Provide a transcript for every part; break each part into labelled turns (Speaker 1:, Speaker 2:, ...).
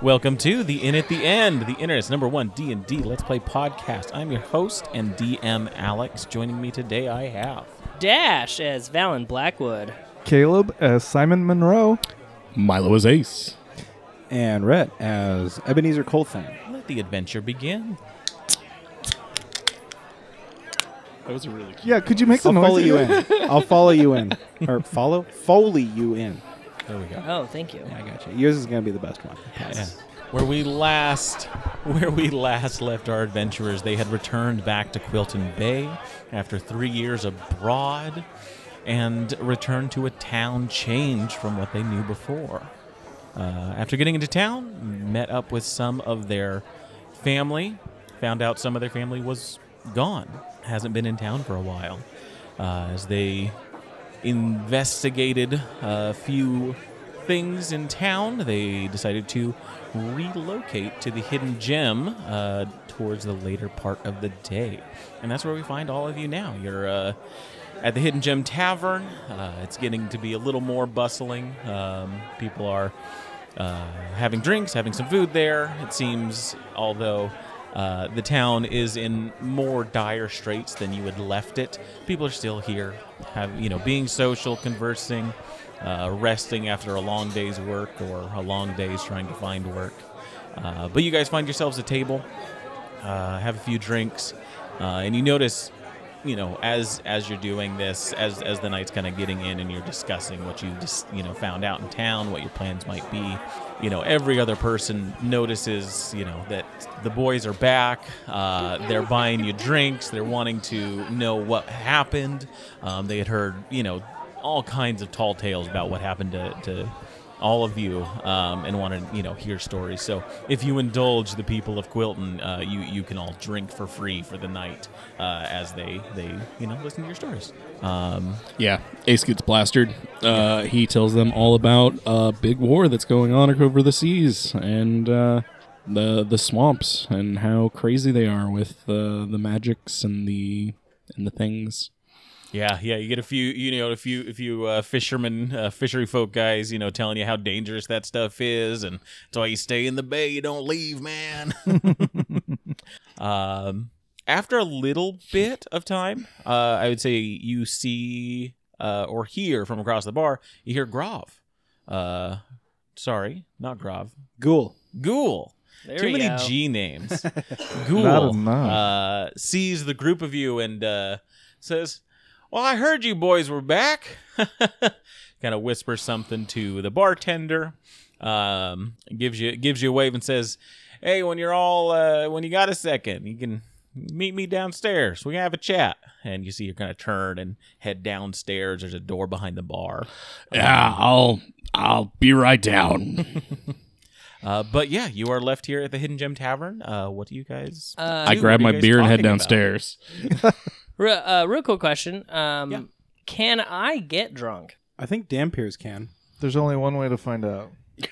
Speaker 1: Welcome to the Inn at the End, the internet's number one D and D Let's Play podcast. I'm your host and DM Alex. Joining me today, I have
Speaker 2: Dash as Valen Blackwood.
Speaker 3: Caleb as Simon Monroe.
Speaker 4: Milo is ace.
Speaker 5: and Rhett as Ebenezer Coltham.
Speaker 1: Let the Adventure Begin.
Speaker 4: That was a really cute.
Speaker 3: Yeah, could you make the
Speaker 5: I'll follow
Speaker 3: noise?
Speaker 5: you in. I'll follow you in. Or follow? Foley you in.
Speaker 1: There we go.
Speaker 2: Oh, thank you.
Speaker 5: I got you. Yours is going to be the best one.
Speaker 1: Where we last, where we last left our adventurers, they had returned back to Quilton Bay after three years abroad, and returned to a town changed from what they knew before. Uh, after getting into town, met up with some of their family, found out some of their family was gone, hasn't been in town for a while. Uh, as they investigated a few things in town, they decided to relocate to the hidden gem uh, towards the later part of the day. And that's where we find all of you now. You're uh, at the Hidden Gem Tavern. Uh, it's getting to be a little more bustling. Um, people are uh, having drinks, having some food there. It seems, although uh, the town is in more dire straits than you had left it, people are still here, have you know, being social, conversing, uh, resting after a long day's work or a long day's trying to find work. Uh, but you guys find yourselves a table uh, have a few drinks, uh, and you notice, you know, as as you're doing this, as as the night's kind of getting in, and you're discussing what you just you know found out in town, what your plans might be. You know, every other person notices, you know, that the boys are back. Uh, they're buying you drinks. They're wanting to know what happened. Um, they had heard, you know, all kinds of tall tales about what happened to, to all of you um, and want to you know hear stories. So if you indulge the people of Quilton, uh, you you can all drink for free for the night uh, as they they you know listen to your stories. Um,
Speaker 4: Yeah, Ace gets blastered. Uh, he tells them all about a big war that's going on over the seas and uh, the the swamps and how crazy they are with uh, the magics and the and the things.
Speaker 1: yeah, yeah, you get a few you know a few a few uh, fishermen uh, fishery folk guys you know telling you how dangerous that stuff is, and that's why you stay in the bay, you don't leave, man. Um, after a little bit of time, uh, I would say you see uh, or hear from across the bar, you hear Grov. Uh, sorry, not Grov.
Speaker 5: Ghoul.
Speaker 1: Ghoul.
Speaker 2: There
Speaker 1: Too
Speaker 2: we
Speaker 1: many
Speaker 2: go.
Speaker 1: G names. Ghoul
Speaker 3: Not enough.
Speaker 1: Uh, sees the group of you and uh, says, Well, I heard you boys were back. kind of whispers something to the bartender. Um, gives you gives you a wave and says, "Hey, when you're all uh, when you got a second, you can meet me downstairs. We can have a chat." And you see you're gonna turn and head downstairs. There's a door behind the bar.
Speaker 4: Yeah, I'll I'll be right down.
Speaker 1: Uh, but yeah, you are left here at the Hidden Gem Tavern. Uh, what do you guys?
Speaker 2: Uh,
Speaker 4: I
Speaker 1: do?
Speaker 4: grab
Speaker 1: What are
Speaker 4: my
Speaker 1: you guys
Speaker 4: beer and head
Speaker 1: talking about?
Speaker 4: downstairs.
Speaker 2: Re- uh, real cool question. Um,
Speaker 1: Yeah.
Speaker 2: Can I get drunk?
Speaker 5: I think Dampiers can.
Speaker 3: There's only one way to find out.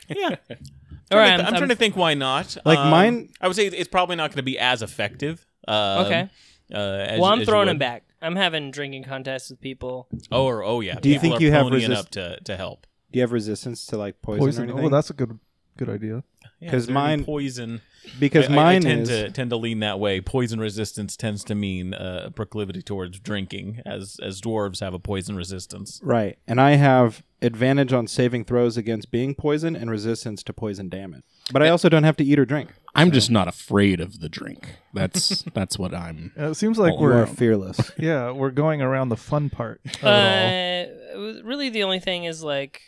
Speaker 1: Yeah.
Speaker 2: All
Speaker 1: Trying to
Speaker 2: right, I'm-
Speaker 1: th- I'm, trying
Speaker 2: I'm-
Speaker 1: to think why not.
Speaker 5: Like
Speaker 1: Um,
Speaker 5: mine-
Speaker 1: I would say it's probably not going to be as effective. Um,
Speaker 2: Okay.
Speaker 1: Uh, as,
Speaker 2: well,
Speaker 1: as
Speaker 2: I'm
Speaker 1: you
Speaker 2: throwing
Speaker 1: would.
Speaker 2: him back. I'm having drinking contests with people.
Speaker 1: Oh, or, oh yeah.
Speaker 5: Do you
Speaker 1: People
Speaker 5: think
Speaker 1: are
Speaker 5: you have
Speaker 1: ponying
Speaker 5: resist-
Speaker 1: up to, to help?
Speaker 5: Do you have resistance to like poison, or
Speaker 3: Poison.
Speaker 5: anything?
Speaker 3: Oh, that's a good good idea.
Speaker 1: Yeah,
Speaker 5: 'Cause
Speaker 1: is there any
Speaker 5: mine-
Speaker 1: poison.
Speaker 5: because
Speaker 1: I- I- I
Speaker 5: mine
Speaker 1: tend
Speaker 5: is.
Speaker 1: to tend to lean that way. Poison resistance tends to mean uh, a proclivity towards drinking, as as dwarves have a poison resistance.
Speaker 5: Right. And I have advantage on saving throws against being poisoned and resistance to poison damage. But I also don't have to eat or drink.
Speaker 4: I'm just not afraid of the drink. That's that's what I'm.
Speaker 3: Uh, it seems like
Speaker 4: Oh,
Speaker 5: You
Speaker 3: we're
Speaker 5: are fearless.
Speaker 3: yeah we're going around the fun part. Of it
Speaker 2: Uh, really, the only thing is like,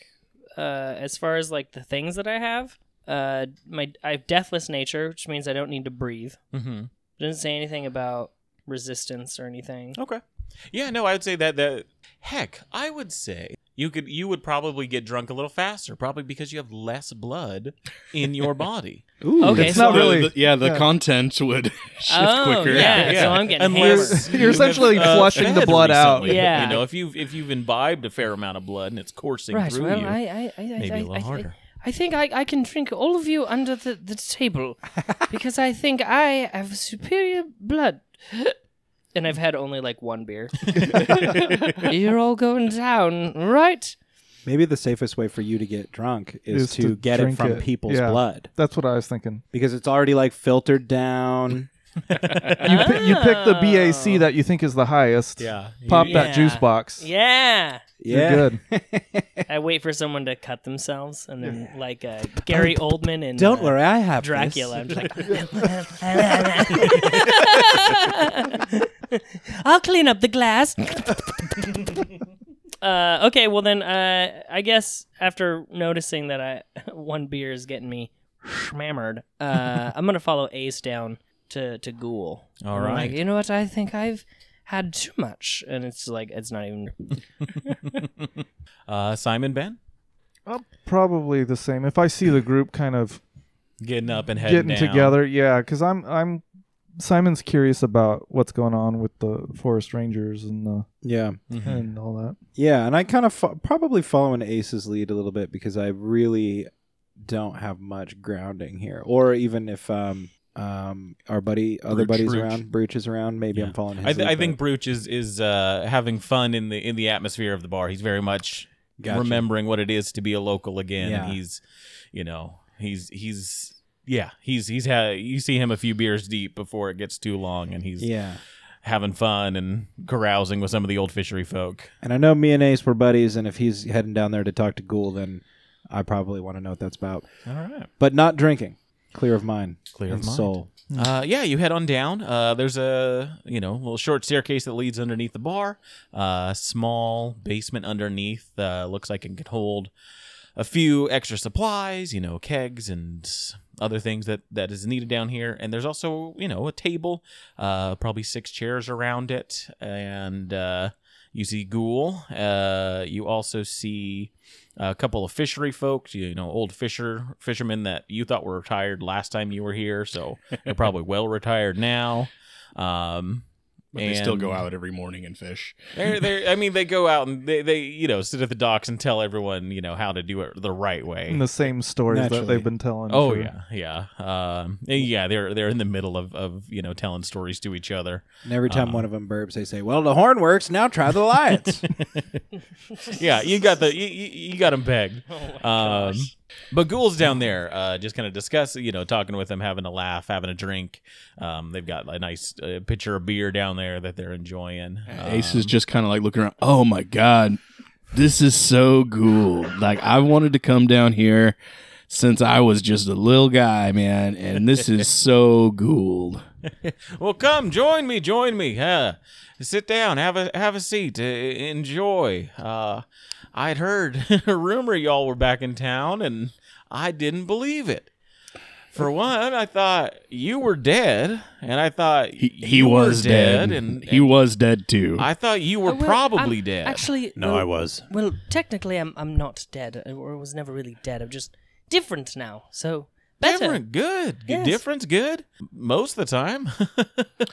Speaker 2: uh, as far as like the things that I have, uh, my I have deathless nature, which means I don't need to breathe.
Speaker 1: Mm-hmm.
Speaker 2: Didn't say anything about resistance or anything.
Speaker 1: Okay. Yeah, no, I would say that that heck, I would say You could you would probably get drunk a little faster, probably because you have less blood in your body.
Speaker 5: Ooh,
Speaker 2: Okay,
Speaker 3: It's
Speaker 2: so
Speaker 3: not really-
Speaker 4: The- the- yeah, the
Speaker 3: yeah.
Speaker 4: content would shift
Speaker 2: Oh,
Speaker 4: quicker.
Speaker 2: yeah. so I'm getting
Speaker 1: Unless
Speaker 3: hammered. You're
Speaker 1: you have,
Speaker 3: essentially flushing the
Speaker 1: fed
Speaker 3: blood out.
Speaker 1: recently.
Speaker 2: Yeah.
Speaker 1: you know if you if you've imbibed a fair amount of blood and it's coursing
Speaker 2: Right.
Speaker 1: through
Speaker 2: Well,
Speaker 1: you,
Speaker 2: I, I, I,
Speaker 1: maybe
Speaker 2: I,
Speaker 1: a
Speaker 2: I,
Speaker 1: little harder.
Speaker 2: I think I, I can drink all of you under the, the table because I think I have superior blood. And I've had only like one beer. You're all going down, right?
Speaker 5: Maybe the safest way for you to get drunk is,
Speaker 3: Is
Speaker 5: to,
Speaker 3: to
Speaker 5: get it
Speaker 3: drink
Speaker 5: from
Speaker 3: it.
Speaker 5: people's
Speaker 3: Yeah.
Speaker 5: blood
Speaker 3: That's what I was thinking.
Speaker 5: because it's already like filtered down.
Speaker 3: You, pi- you pick
Speaker 2: Oh,
Speaker 3: the BAC that you think is the highest.
Speaker 1: Yeah.
Speaker 3: Pop
Speaker 2: Yeah.
Speaker 3: that juice box.
Speaker 2: Yeah.
Speaker 3: You're
Speaker 5: Yeah,
Speaker 3: good.
Speaker 2: I wait for someone to cut themselves, and then like uh, Gary Oldman and
Speaker 5: Don't
Speaker 2: uh,
Speaker 5: worry, I have
Speaker 2: Dracula. I'm
Speaker 5: This.
Speaker 2: just like, I'll clean up the glass. uh, okay, well then, uh, I guess after noticing that I one beer is getting me schmammered, uh, I'm gonna follow Ace down to to Ghoul.
Speaker 1: All
Speaker 2: I'm like,
Speaker 1: right.
Speaker 2: you know what? I think I've had too much, and it's like it's not even.
Speaker 1: Uh, Simon Ben
Speaker 3: I'm probably the same. If I see the group kind of
Speaker 1: getting up and heading
Speaker 3: getting
Speaker 1: down.
Speaker 3: together, yeah, because I'm I'm Simon's curious about what's going on with the forest rangers and the
Speaker 5: Yeah,
Speaker 1: Mhm.
Speaker 3: and all that.
Speaker 5: yeah, and I kind of fo- probably following Ace's lead a little bit because I really don't have much grounding here, or even if um um our buddy other
Speaker 1: Brooch,
Speaker 5: buddies
Speaker 1: Brooch.
Speaker 5: around Brooch is around, maybe
Speaker 1: Yeah.
Speaker 5: I'm following. His
Speaker 1: I, th-
Speaker 5: lead,
Speaker 1: I
Speaker 5: but-
Speaker 1: think Brooch is is uh, having fun in the in the atmosphere of the bar. He's very much
Speaker 5: Gotcha.
Speaker 1: remembering what it is to be a local again.
Speaker 5: Yeah.
Speaker 1: He's, you know, he's he's yeah, he's he's ha- you see him a few beers deep before it gets too long, and he's
Speaker 5: yeah.
Speaker 1: having fun and carousing with some of the old fishery folk.
Speaker 5: And I know me and Ace were buddies, and if he's heading down there to talk to Ghoul, then I probably want to know what that's about.
Speaker 1: All right,
Speaker 5: But not drinking, clear of mind,
Speaker 1: clear
Speaker 5: and
Speaker 1: of mind.
Speaker 5: soul.
Speaker 1: Uh, yeah, you head on down. Uh, there's a you know little short staircase that leads underneath the bar. Uh, small basement underneath. Uh, looks like it could hold a few extra supplies. You know, kegs and other things that that is needed down here. And there's also you know a table, uh, probably six chairs around it. And uh, you see Ghoul. Uh, you also see a couple of fishery folks, you know, old fisher fishermen that you thought were retired last time you were here, so they're probably well retired now. Um,
Speaker 4: But they still go
Speaker 1: and
Speaker 4: out every morning and fish.
Speaker 1: They're, they're, I mean, they go out and they, they, you know, sit at the docks and tell everyone, you know, how to do it the right way.
Speaker 3: And the same stories that
Speaker 5: Naturally.
Speaker 3: they've been telling.
Speaker 1: Oh
Speaker 3: for-
Speaker 1: yeah, yeah, um, yeah. They're they're in the middle of, of you know telling stories to each other.
Speaker 5: And every time one of them burps, they say, "Well, the horn works. Now try the lions."
Speaker 1: yeah, you got the you, you, you got him pegged. um, but Ghoul's down there, uh, just kind of discuss, you know, talking with them, having a laugh, having a drink. Um, they've got a nice uh, pitcher of beer down there that they're enjoying. Uh,
Speaker 4: Ace is just kind of like looking around. Oh my god, this is so cool! Like I wanted to come down here since I was just a little guy, man, and this is so cool.
Speaker 1: Well, come join me, join me. Huh? Sit down, have a have a seat, uh, enjoy. Uh, I'd heard a rumor y'all were back in town, and I didn't believe it. For one, I thought you were dead, and I thought
Speaker 4: He, he
Speaker 1: you were
Speaker 4: was dead,
Speaker 1: and
Speaker 4: he was dead too.
Speaker 1: I thought you were
Speaker 2: Uh, well,
Speaker 1: probably
Speaker 2: I'm-
Speaker 1: dead.
Speaker 2: Actually,
Speaker 6: No,
Speaker 2: well,
Speaker 6: I was.
Speaker 2: Well, technically, I'm I'm not dead, or was never really dead. I'm just different now, so better. Oh,
Speaker 1: different, good,
Speaker 2: Yes.
Speaker 1: difference, good. Most of the time.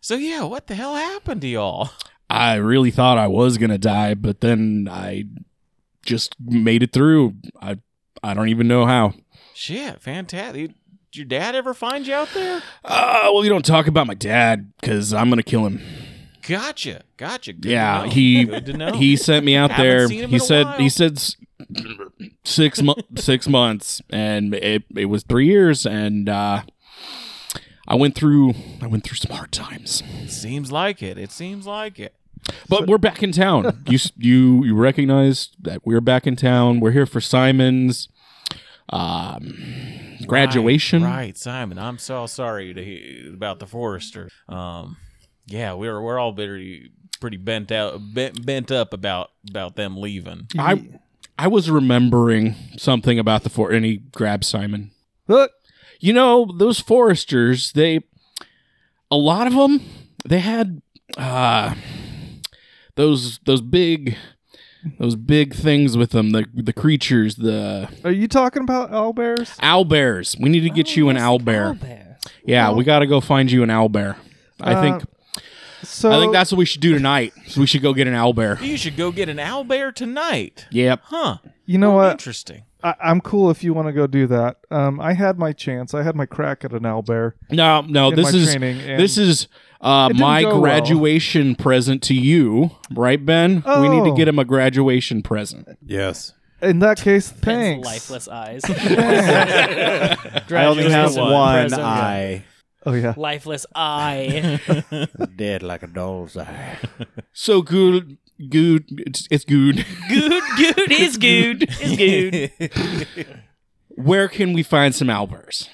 Speaker 1: so yeah, what the hell happened to y'all?
Speaker 4: I really thought I was gonna die, but then I just made it through. I I don't even know how.
Speaker 1: Shit, fantastic. Did your dad ever find you out there?
Speaker 4: Uh, well, you don't talk about my dad because I'm gonna kill him.
Speaker 1: Gotcha, gotcha. Good to
Speaker 4: yeah,
Speaker 1: know.
Speaker 4: he
Speaker 1: Good to know.
Speaker 4: he sent me out
Speaker 1: Haven't
Speaker 4: there.
Speaker 1: seen him
Speaker 4: He
Speaker 1: in a
Speaker 4: said
Speaker 1: while.
Speaker 4: he said s- six mo- six months, and it it was three years, and uh, I went through I went through some hard times.
Speaker 1: seems like it. It seems like it.
Speaker 4: But we're back in town. you s- you you recognize that we're back in town. We're here for Simon's um, graduation.
Speaker 1: Right, right, Simon. I'm so sorry to hear about the forester. Um, yeah, we're we're all pretty pretty bent out, bent, bent up about about them leaving.
Speaker 4: I I was remembering something about the for and he grabbed Simon.
Speaker 3: Look,
Speaker 4: You know those foresters. They a lot of them. They had uh, those those big those big things with them, the the creatures, the
Speaker 3: Are you talking about owlbears?
Speaker 4: owl bears. We need to
Speaker 3: Oh,
Speaker 4: get you an owl bear. Yeah, we got to go find you an owl bear. I
Speaker 3: Uh, oh.
Speaker 4: think
Speaker 3: So
Speaker 4: I think that's what we should do tonight. So we should go get an owl bear.
Speaker 1: You should go get an owl bear tonight.
Speaker 4: Yep.
Speaker 1: Huh.
Speaker 3: you know what
Speaker 1: Interesting.
Speaker 3: I, I'm cool if you want to go do that. Um, I had my chance. I had my crack at an owlbear.
Speaker 4: No, no.
Speaker 3: In
Speaker 4: This
Speaker 3: my
Speaker 4: is
Speaker 3: training and-
Speaker 4: this is uh,
Speaker 3: It didn't
Speaker 4: my
Speaker 3: go well.
Speaker 4: graduation present to you, right, Ben? We need to
Speaker 3: Oh.
Speaker 4: get him a graduation present.
Speaker 6: Yes.
Speaker 3: In that case, thanks.
Speaker 2: lifeless eyes.
Speaker 5: I only
Speaker 2: Graduated
Speaker 5: have
Speaker 2: one
Speaker 5: one
Speaker 2: present.
Speaker 5: eye.
Speaker 3: Oh yeah.
Speaker 2: Lifeless eye.
Speaker 5: Dead like a doll's eye.
Speaker 4: So good, good. It's, it's good.
Speaker 2: good, good is good. Is good.
Speaker 4: Where can we find some owl bears?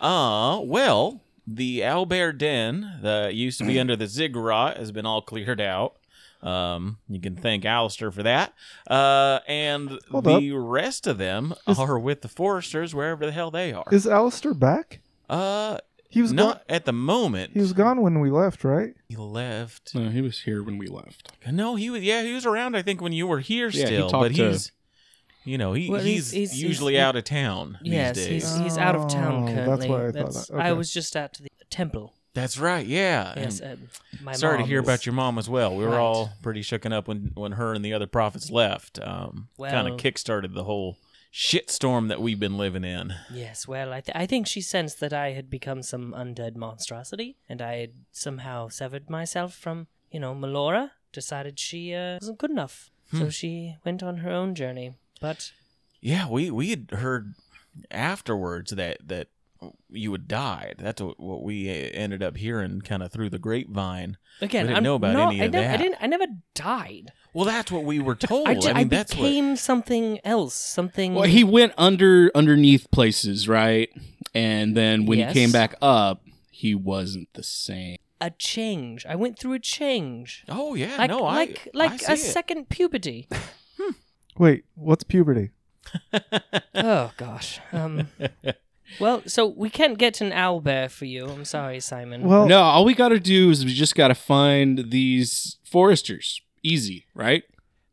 Speaker 1: Uh, well, the owlbear den that used to be under the ziggurat has been all cleared out. Um, you can thank Alistair for that. Uh, and
Speaker 3: Hold
Speaker 1: the rest of them are with the foresters wherever the hell they are.
Speaker 3: Is Alistair back?
Speaker 1: uh,
Speaker 3: He was gone.
Speaker 1: not at the moment.
Speaker 3: He was gone when we left, right?
Speaker 1: He left.
Speaker 4: No, he was here when we left.
Speaker 1: No, he was. Yeah, he was around. I think when you were here
Speaker 4: Yeah, he
Speaker 1: still,
Speaker 4: talked
Speaker 1: but
Speaker 4: to-
Speaker 1: he's, you know, he,
Speaker 2: Well,
Speaker 1: he's,
Speaker 2: he's- he's-
Speaker 1: usually
Speaker 2: he's-
Speaker 1: out of town
Speaker 2: yes,
Speaker 1: these days.
Speaker 2: he's, he's out of
Speaker 3: Oh,
Speaker 2: town
Speaker 3: that's
Speaker 2: currently.
Speaker 3: why I thought that.
Speaker 2: I
Speaker 3: Okay.
Speaker 2: was just at the temple.
Speaker 1: That's right. Yeah.
Speaker 2: Yes,
Speaker 1: And
Speaker 2: uh, my
Speaker 1: sorry to hear
Speaker 2: mom's.
Speaker 1: about your mom as well. We were
Speaker 2: Right.
Speaker 1: all pretty shooken up when when her and the other prophets left. Um, kind
Speaker 2: Well-
Speaker 1: of kickstarted the whole shitstorm that we've been living in.
Speaker 2: Yes, well, I, th- I think she sensed that I had become some undead monstrosity, and I had somehow severed myself from, you know, Melora. Decided she uh, wasn't good enough,
Speaker 1: Hmm.
Speaker 2: so she went on her own journey. But
Speaker 1: Yeah, we we had heard afterwards that that you had died. That's what, what we uh, ended up hearing, kind of through the grapevine.
Speaker 2: again,
Speaker 1: We didn't
Speaker 2: I'm,
Speaker 1: know about
Speaker 2: no,
Speaker 1: any
Speaker 2: I
Speaker 1: of
Speaker 2: nev- I
Speaker 1: that.
Speaker 2: didn't. I never died.
Speaker 1: Well, that's what we were told.
Speaker 2: I, ju-
Speaker 1: mean,
Speaker 2: I
Speaker 1: that's what.
Speaker 2: became something else. Something.
Speaker 4: Well, he went under underneath places, right? And then when
Speaker 2: Yes.
Speaker 4: he came back up, he wasn't the same.
Speaker 2: a change. I went through a change.
Speaker 1: Oh yeah,
Speaker 2: Like,
Speaker 1: no,
Speaker 2: like,
Speaker 1: I
Speaker 2: like
Speaker 1: I
Speaker 2: a
Speaker 1: see it.
Speaker 2: second puberty.
Speaker 3: Wait, what's puberty?
Speaker 2: oh gosh. Um. Well, so we can't get an owl bear for you. I'm sorry, Simon.
Speaker 3: Well,
Speaker 4: No, all we got to do is we just got to find these foresters. Easy, right?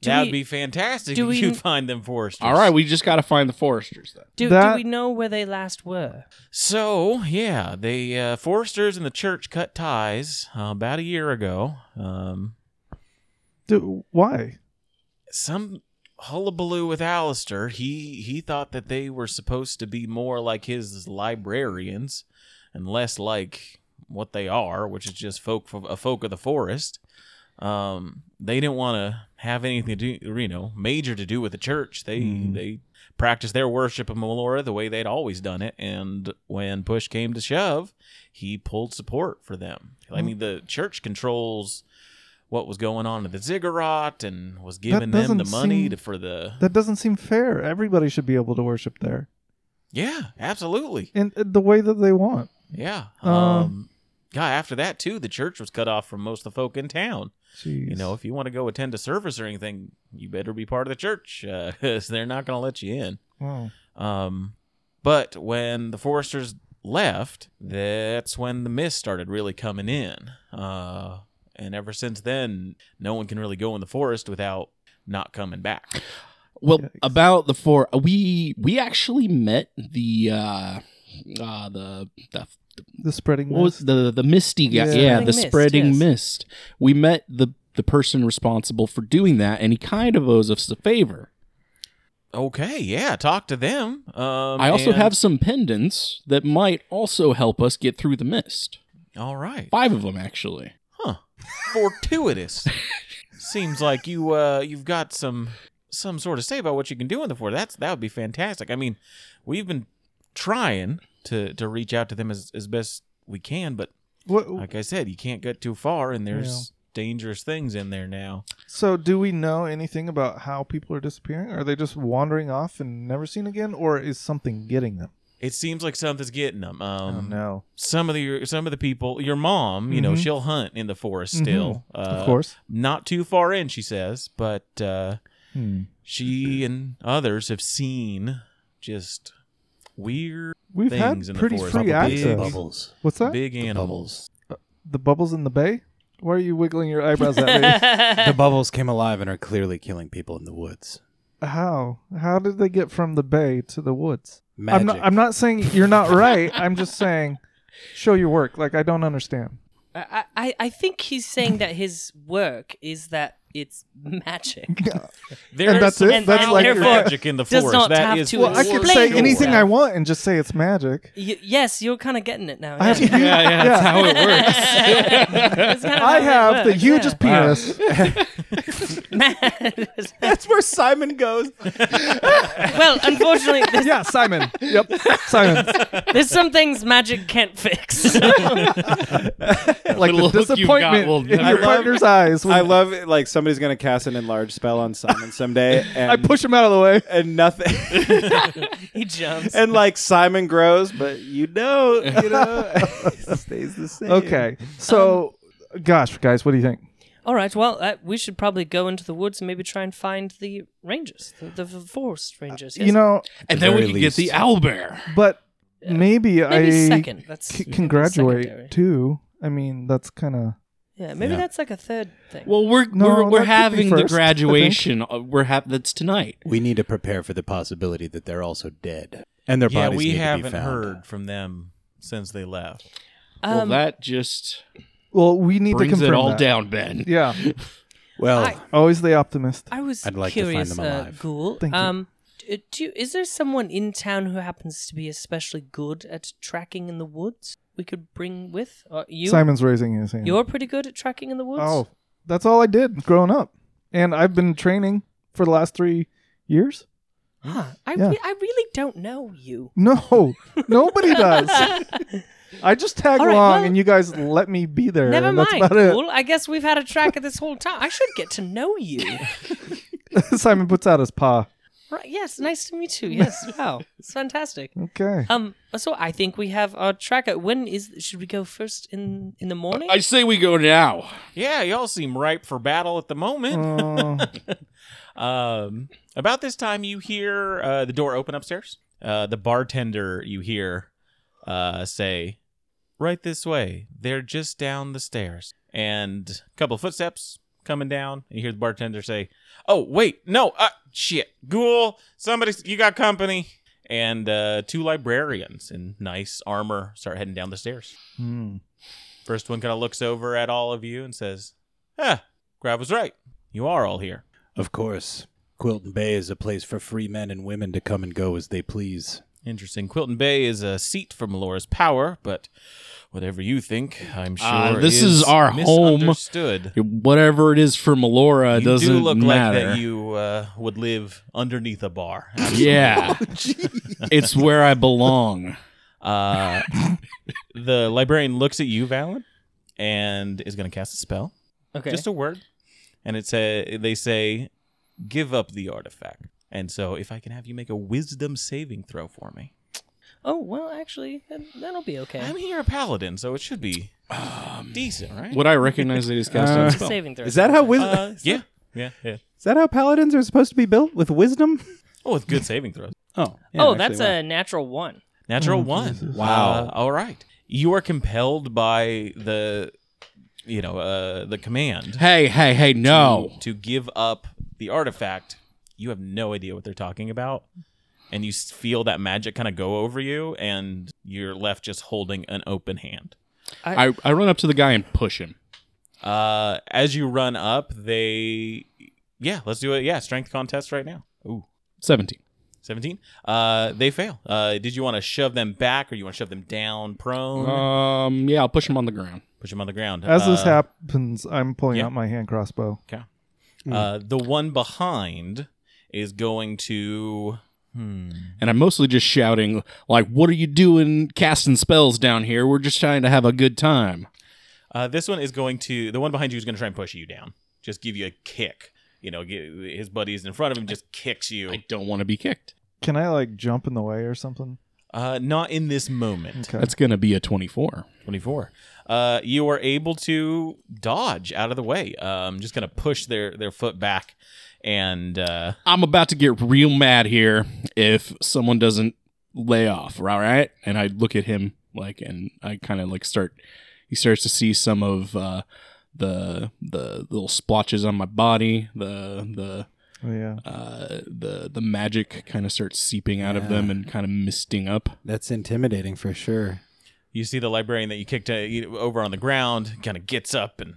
Speaker 2: Do
Speaker 1: That would
Speaker 2: we-
Speaker 1: be fantastic
Speaker 2: do
Speaker 1: if
Speaker 2: we-
Speaker 1: you find them foresters.
Speaker 4: All right, we just got to find the foresters then.
Speaker 2: Do, do
Speaker 3: That-
Speaker 2: we know where they last were?
Speaker 1: So, yeah, the uh, foresters and the church cut ties uh, about a year ago. Um,
Speaker 3: do, why?
Speaker 1: some hullabaloo with Alistair. He, he thought that they were supposed to be more like his librarians and less like what they are, which is just folk from, a folk of the forest. Um, they didn't want to have anything to do, you know, major to do with the church. They
Speaker 3: Mm.
Speaker 1: they practiced their worship of Melora the way they'd always done it. And when push came to shove, he pulled support for them.
Speaker 3: Mm-hmm.
Speaker 1: I mean, the church controls what was going on at the ziggurat and was giving them the
Speaker 3: doesn't
Speaker 1: money
Speaker 3: seem-
Speaker 1: to, for the
Speaker 3: That doesn't seem fair. Everybody should be able to worship there
Speaker 1: yeah, absolutely.
Speaker 3: in in the way that they want.
Speaker 1: Yeah.
Speaker 4: Uh,
Speaker 3: Um,
Speaker 1: Um, yeah, after that too, the church was cut off from most of the folk in town.
Speaker 3: Jeez.
Speaker 1: You know, if you want to go attend a service or anything, you better be part of the church, uh, 'cause they're not going to let you in.
Speaker 3: Wow.
Speaker 1: Um, but when the foresters left, that's when the mist started really coming in. Uh, and ever since then, no one can really go in the forest without not coming back.
Speaker 4: Well,
Speaker 3: Yikes.
Speaker 4: about the four, we we actually met the uh, uh the the
Speaker 3: the spreading.
Speaker 4: what was
Speaker 3: mist.
Speaker 4: the the misty
Speaker 3: Yeah.
Speaker 4: guy? Yeah,
Speaker 2: Spreading
Speaker 4: the
Speaker 2: mist,
Speaker 4: spreading
Speaker 2: yes.
Speaker 4: mist. We met the the person responsible for doing that, and he kind of owes us a favor.
Speaker 1: Okay, yeah, talk to them. Um,
Speaker 4: I also
Speaker 1: and-
Speaker 4: have some pendants that might also help us get through the mist.
Speaker 1: All right.
Speaker 4: Five of them, actually.
Speaker 1: Huh. Fortuitous. Seems like you uh you've got some some sort of say about what you can do in the fort. That's that would be fantastic. I mean, we've been trying to to reach out to them as as best we can, but
Speaker 3: What-
Speaker 1: like I said, you can't get too far and there's dangerous things in there now.
Speaker 3: so, do we know anything about how people are disappearing? Are they just wandering off and never seen again, or is something getting them?
Speaker 1: It seems like something's getting them. Um
Speaker 3: oh no!
Speaker 1: some of the some of the people, your mom, you know,
Speaker 3: Mhm.
Speaker 1: she'll hunt in the forest
Speaker 3: Mhm.
Speaker 1: still. Uh,
Speaker 3: of course.
Speaker 1: Not too far in, she says, but uh
Speaker 3: Hmm.
Speaker 1: she and others have seen just weird,
Speaker 3: We've had
Speaker 1: things in the
Speaker 3: pretty
Speaker 1: forest.
Speaker 3: free
Speaker 1: Probably
Speaker 3: access.
Speaker 1: Big-
Speaker 6: bubbles.
Speaker 3: What's that?
Speaker 1: big animals.
Speaker 6: Bubbles.
Speaker 3: The bubbles in the bay. Why are you wiggling your eyebrows at
Speaker 5: the bubbles came alive and are clearly killing people in the woods.
Speaker 3: me? How? How did they get from the bay to the woods?
Speaker 5: Magic.
Speaker 3: I'm not. I'm not saying you're not right. I'm just saying, show your work. Like I don't understand.
Speaker 2: I, I, I think he's saying that his work is that it's magic.
Speaker 1: There
Speaker 3: And
Speaker 1: is
Speaker 3: that's
Speaker 1: some
Speaker 3: it?
Speaker 1: and,
Speaker 3: That's
Speaker 1: and
Speaker 3: like-
Speaker 1: there's magic in the
Speaker 2: Does
Speaker 1: forest.
Speaker 2: not
Speaker 1: That
Speaker 2: have
Speaker 1: is
Speaker 2: to
Speaker 3: Well, I
Speaker 1: for
Speaker 3: could say
Speaker 2: Explain
Speaker 3: anything I
Speaker 1: sure.
Speaker 3: want and just say it's magic.
Speaker 2: Y- yes, you're kind of getting it now.
Speaker 3: I have,
Speaker 2: yeah.
Speaker 4: Yeah, yeah, that's how it works.
Speaker 2: That's kinda how
Speaker 3: I
Speaker 2: it
Speaker 3: have the
Speaker 2: works,
Speaker 3: hugest
Speaker 4: Wow.
Speaker 3: penis.
Speaker 2: yeah.
Speaker 5: That's where Simon goes.
Speaker 2: well, unfortunately, there's,
Speaker 3: yeah, Simon. Yep, Simon.
Speaker 2: there's some things magic can't fix.
Speaker 3: like the
Speaker 4: look you got
Speaker 3: disappointment
Speaker 4: will
Speaker 3: in
Speaker 4: never-
Speaker 3: your partner's eyes. When
Speaker 5: I
Speaker 3: I,
Speaker 5: love it. Like somebody's gonna cast an enlarged spell on Simon someday, and
Speaker 3: push him out of the way.
Speaker 5: and nothing,
Speaker 2: he jumps.
Speaker 5: and like Simon grows, but you know, you know, it stays the same.
Speaker 3: Okay, so gosh, guys, what do you think?
Speaker 2: All right, well, uh, we should probably go into the woods and maybe try and find the rangers, the, the forest rangers. Yes?
Speaker 3: You know,
Speaker 4: And then
Speaker 5: very
Speaker 4: we can get
Speaker 5: least.
Speaker 4: the owlbear.
Speaker 3: but maybe,
Speaker 2: maybe
Speaker 3: I
Speaker 2: second. That's
Speaker 3: c-
Speaker 2: maybe
Speaker 3: can graduate
Speaker 2: secondary.
Speaker 3: too. I mean, that's kind of
Speaker 2: Yeah, maybe
Speaker 5: Yeah.
Speaker 2: that's like a third thing.
Speaker 4: Well, we're
Speaker 3: No,
Speaker 4: we're,
Speaker 3: that could
Speaker 4: we're
Speaker 3: be
Speaker 4: having
Speaker 3: first, I
Speaker 4: the
Speaker 3: think.
Speaker 4: graduation. uh, We're ha- that's tonight.
Speaker 5: We need to prepare for the possibility that they're also dead, and their
Speaker 1: Yeah,
Speaker 5: bodies
Speaker 1: we
Speaker 5: need to be
Speaker 1: haven't
Speaker 5: found.
Speaker 1: heard from them since they left.
Speaker 4: well,
Speaker 2: Um,
Speaker 4: that just
Speaker 3: well. We need to
Speaker 4: brings
Speaker 3: confirm
Speaker 4: it all
Speaker 3: that.
Speaker 4: down, Ben.
Speaker 3: Yeah,
Speaker 5: Well,
Speaker 2: I-
Speaker 3: always the optimist.
Speaker 2: I was
Speaker 5: I'd like to find
Speaker 2: curious,
Speaker 5: them
Speaker 2: uh,
Speaker 5: alive.
Speaker 2: Ghoul.
Speaker 3: Thank you.
Speaker 2: um, d- do you, is there someone in town who happens to be especially good at tracking in the woods? We could bring with uh, you.
Speaker 3: Simon's raising his hand.
Speaker 2: You're pretty good at tracking in the woods.
Speaker 3: oh, that's all I did growing up, and I've been training for the last three years.
Speaker 2: Huh, I
Speaker 3: Yeah.
Speaker 2: re- I really don't know you.
Speaker 3: No, nobody does. I just tag
Speaker 2: All right,
Speaker 3: along,
Speaker 2: well-
Speaker 3: and you guys let me be there.
Speaker 2: Never
Speaker 3: and
Speaker 2: mind,
Speaker 3: that's about it.
Speaker 2: Ghoul. I guess we've had a tracker this whole time. I should get to know you.
Speaker 3: Simon puts out his paw.
Speaker 2: right? Yes. Nice to meet you. Yes. Wow. It's fantastic.
Speaker 3: Okay.
Speaker 2: Um. So I think we have our tracker. When is? Should we go first in in the morning?
Speaker 4: I say we go now.
Speaker 1: Yeah, y'all seem ripe for battle at the moment.
Speaker 3: Uh,
Speaker 1: Um, about this time, you hear uh, the door open upstairs. Uh, the bartender you hear uh, say, "Right this way. They're just down the stairs." And a couple of footsteps coming down. And you hear the bartender say, "Oh wait, no, uh, shit, ghoul, somebody, you got company." And uh, two librarians in nice armor start heading down the stairs.
Speaker 3: hmm.
Speaker 1: First one kind of looks over at all of you and says, "Huh, Grav was right. You are all here."
Speaker 5: of course, Quilton Bay is a place for free men and women to come and go as they please.
Speaker 1: Interesting. Quilton Bay is a seat for Melora's power, but whatever you think, I'm sure
Speaker 4: Uh, this is our home.
Speaker 1: misunderstood.
Speaker 4: Whatever it is for Melora
Speaker 1: you
Speaker 4: doesn't
Speaker 1: do look
Speaker 4: matter.
Speaker 1: like that you uh, would live underneath a bar.
Speaker 4: yeah, it's where I belong.
Speaker 1: Uh, the librarian looks at you, Valen, and is going to cast a spell.
Speaker 2: okay.
Speaker 1: Just a word, and it's a, they say, "Give up the artifact." And so, if I can have you make a Wisdom saving throw for me,
Speaker 2: Oh well, actually, that, that'll be okay.
Speaker 1: I mean you're a paladin, so it should be
Speaker 4: Um,
Speaker 1: decent, right?
Speaker 4: Would I recognize that he's casting
Speaker 5: Uh,
Speaker 4: a
Speaker 2: It's a
Speaker 4: spell?
Speaker 2: saving throw.
Speaker 5: Is that how wis-
Speaker 1: Uh, yeah, yeah, yeah.
Speaker 5: is that how paladins are supposed to be built with wisdom?
Speaker 1: Oh, with good saving throws.
Speaker 5: Oh, yeah,
Speaker 2: oh,
Speaker 5: actually,
Speaker 2: that's
Speaker 5: wow.
Speaker 2: a natural one.
Speaker 1: Natural one.
Speaker 5: Wow.
Speaker 1: Uh, all right. You are compelled by the, you know, uh, the command
Speaker 4: Hey, hey, hey! No,
Speaker 1: to give up the artifact. You have no idea what they're talking about, and you s- feel that magic kind of go over you, and you're left just holding an open hand.
Speaker 4: I, I run up to the guy and push him.
Speaker 1: Uh, as you run up, they, yeah, let's do it. Yeah, strength contest right now. Ooh.
Speaker 4: Seventeen.
Speaker 1: 17 uh they fail uh did you want to shove them back or you want to shove them down prone
Speaker 4: Um, yeah, I'll push him on the ground.
Speaker 1: push them on the ground
Speaker 3: As this
Speaker 1: Uh,
Speaker 3: happens, I'm pulling
Speaker 1: yeah.
Speaker 3: out my hand crossbow.
Speaker 1: Uh, the one behind is going to. Hmm.
Speaker 4: And I'm mostly just shouting, like, "What are you doing, casting spells down here? We're just trying to have a good time."
Speaker 1: Uh, this one is going to. The one behind you is going to try and push you down. Just give you a kick. You know, get, his buddies in front of him just kicks you.
Speaker 4: I don't want to be kicked.
Speaker 3: Can I like jump in the way or something?
Speaker 1: Uh, not in this moment.
Speaker 3: Okay.
Speaker 4: That's gonna be a twenty-four.
Speaker 1: 24. Uh, you are able to dodge out of the way. Um, just going to push their, their foot back. And uh,
Speaker 4: I'm about to get real mad here if someone doesn't lay off, all right? And I look at him like, and I kind of like start. He starts to see some of uh, the the little splotches on my body, the the
Speaker 3: Oh, yeah.
Speaker 4: uh, the the magic kind of starts seeping out of
Speaker 5: Yeah.
Speaker 4: them and kind of misting up.
Speaker 5: That's intimidating for sure.
Speaker 1: You see the librarian that you kicked uh, you- over on the ground, kind of gets up and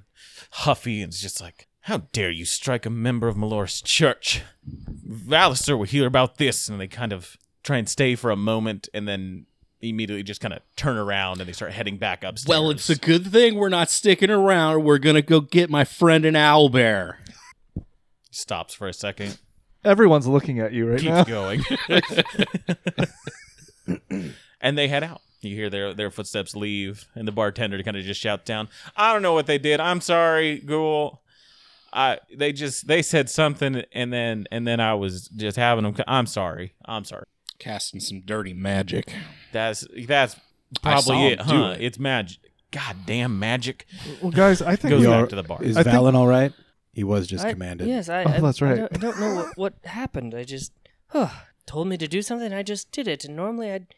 Speaker 1: huffy and is just like, How dare you strike a member of Malora's church? Alistair will hear about this. And they kind of try and stay for a moment and then immediately just kind of turn around and they start heading back upstairs.
Speaker 4: Well, it's a good thing we're not sticking around. We're gonna go get my friend an owl bear.
Speaker 1: Stops for a second,
Speaker 3: Everyone's looking at you right
Speaker 1: keeps
Speaker 3: now.
Speaker 1: going. and they head out. You hear their, their footsteps leave, and the bartender kind of just shout down, "I don't know what they did. I'm sorry, Ghoul. I they just they said something, and then and then I was just having them. c- I'm sorry. I'm sorry.
Speaker 4: Casting some dirty magic.
Speaker 1: That's that's
Speaker 4: I saw
Speaker 1: probably it,
Speaker 4: him do
Speaker 1: huh?
Speaker 4: it.
Speaker 1: It's magic. Goddamn magic
Speaker 3: Well, guys, I think
Speaker 1: goes
Speaker 3: we
Speaker 1: back
Speaker 3: are-
Speaker 1: to the bar.
Speaker 5: Is
Speaker 3: I think-
Speaker 5: Valen all right? He was just
Speaker 2: I-
Speaker 5: commanded.
Speaker 2: Yes, I.
Speaker 3: Oh,
Speaker 2: I-
Speaker 3: that's
Speaker 2: I
Speaker 3: right.
Speaker 2: don't, I don't know what, what happened. I just told me to do something. I just did it. And normally I'd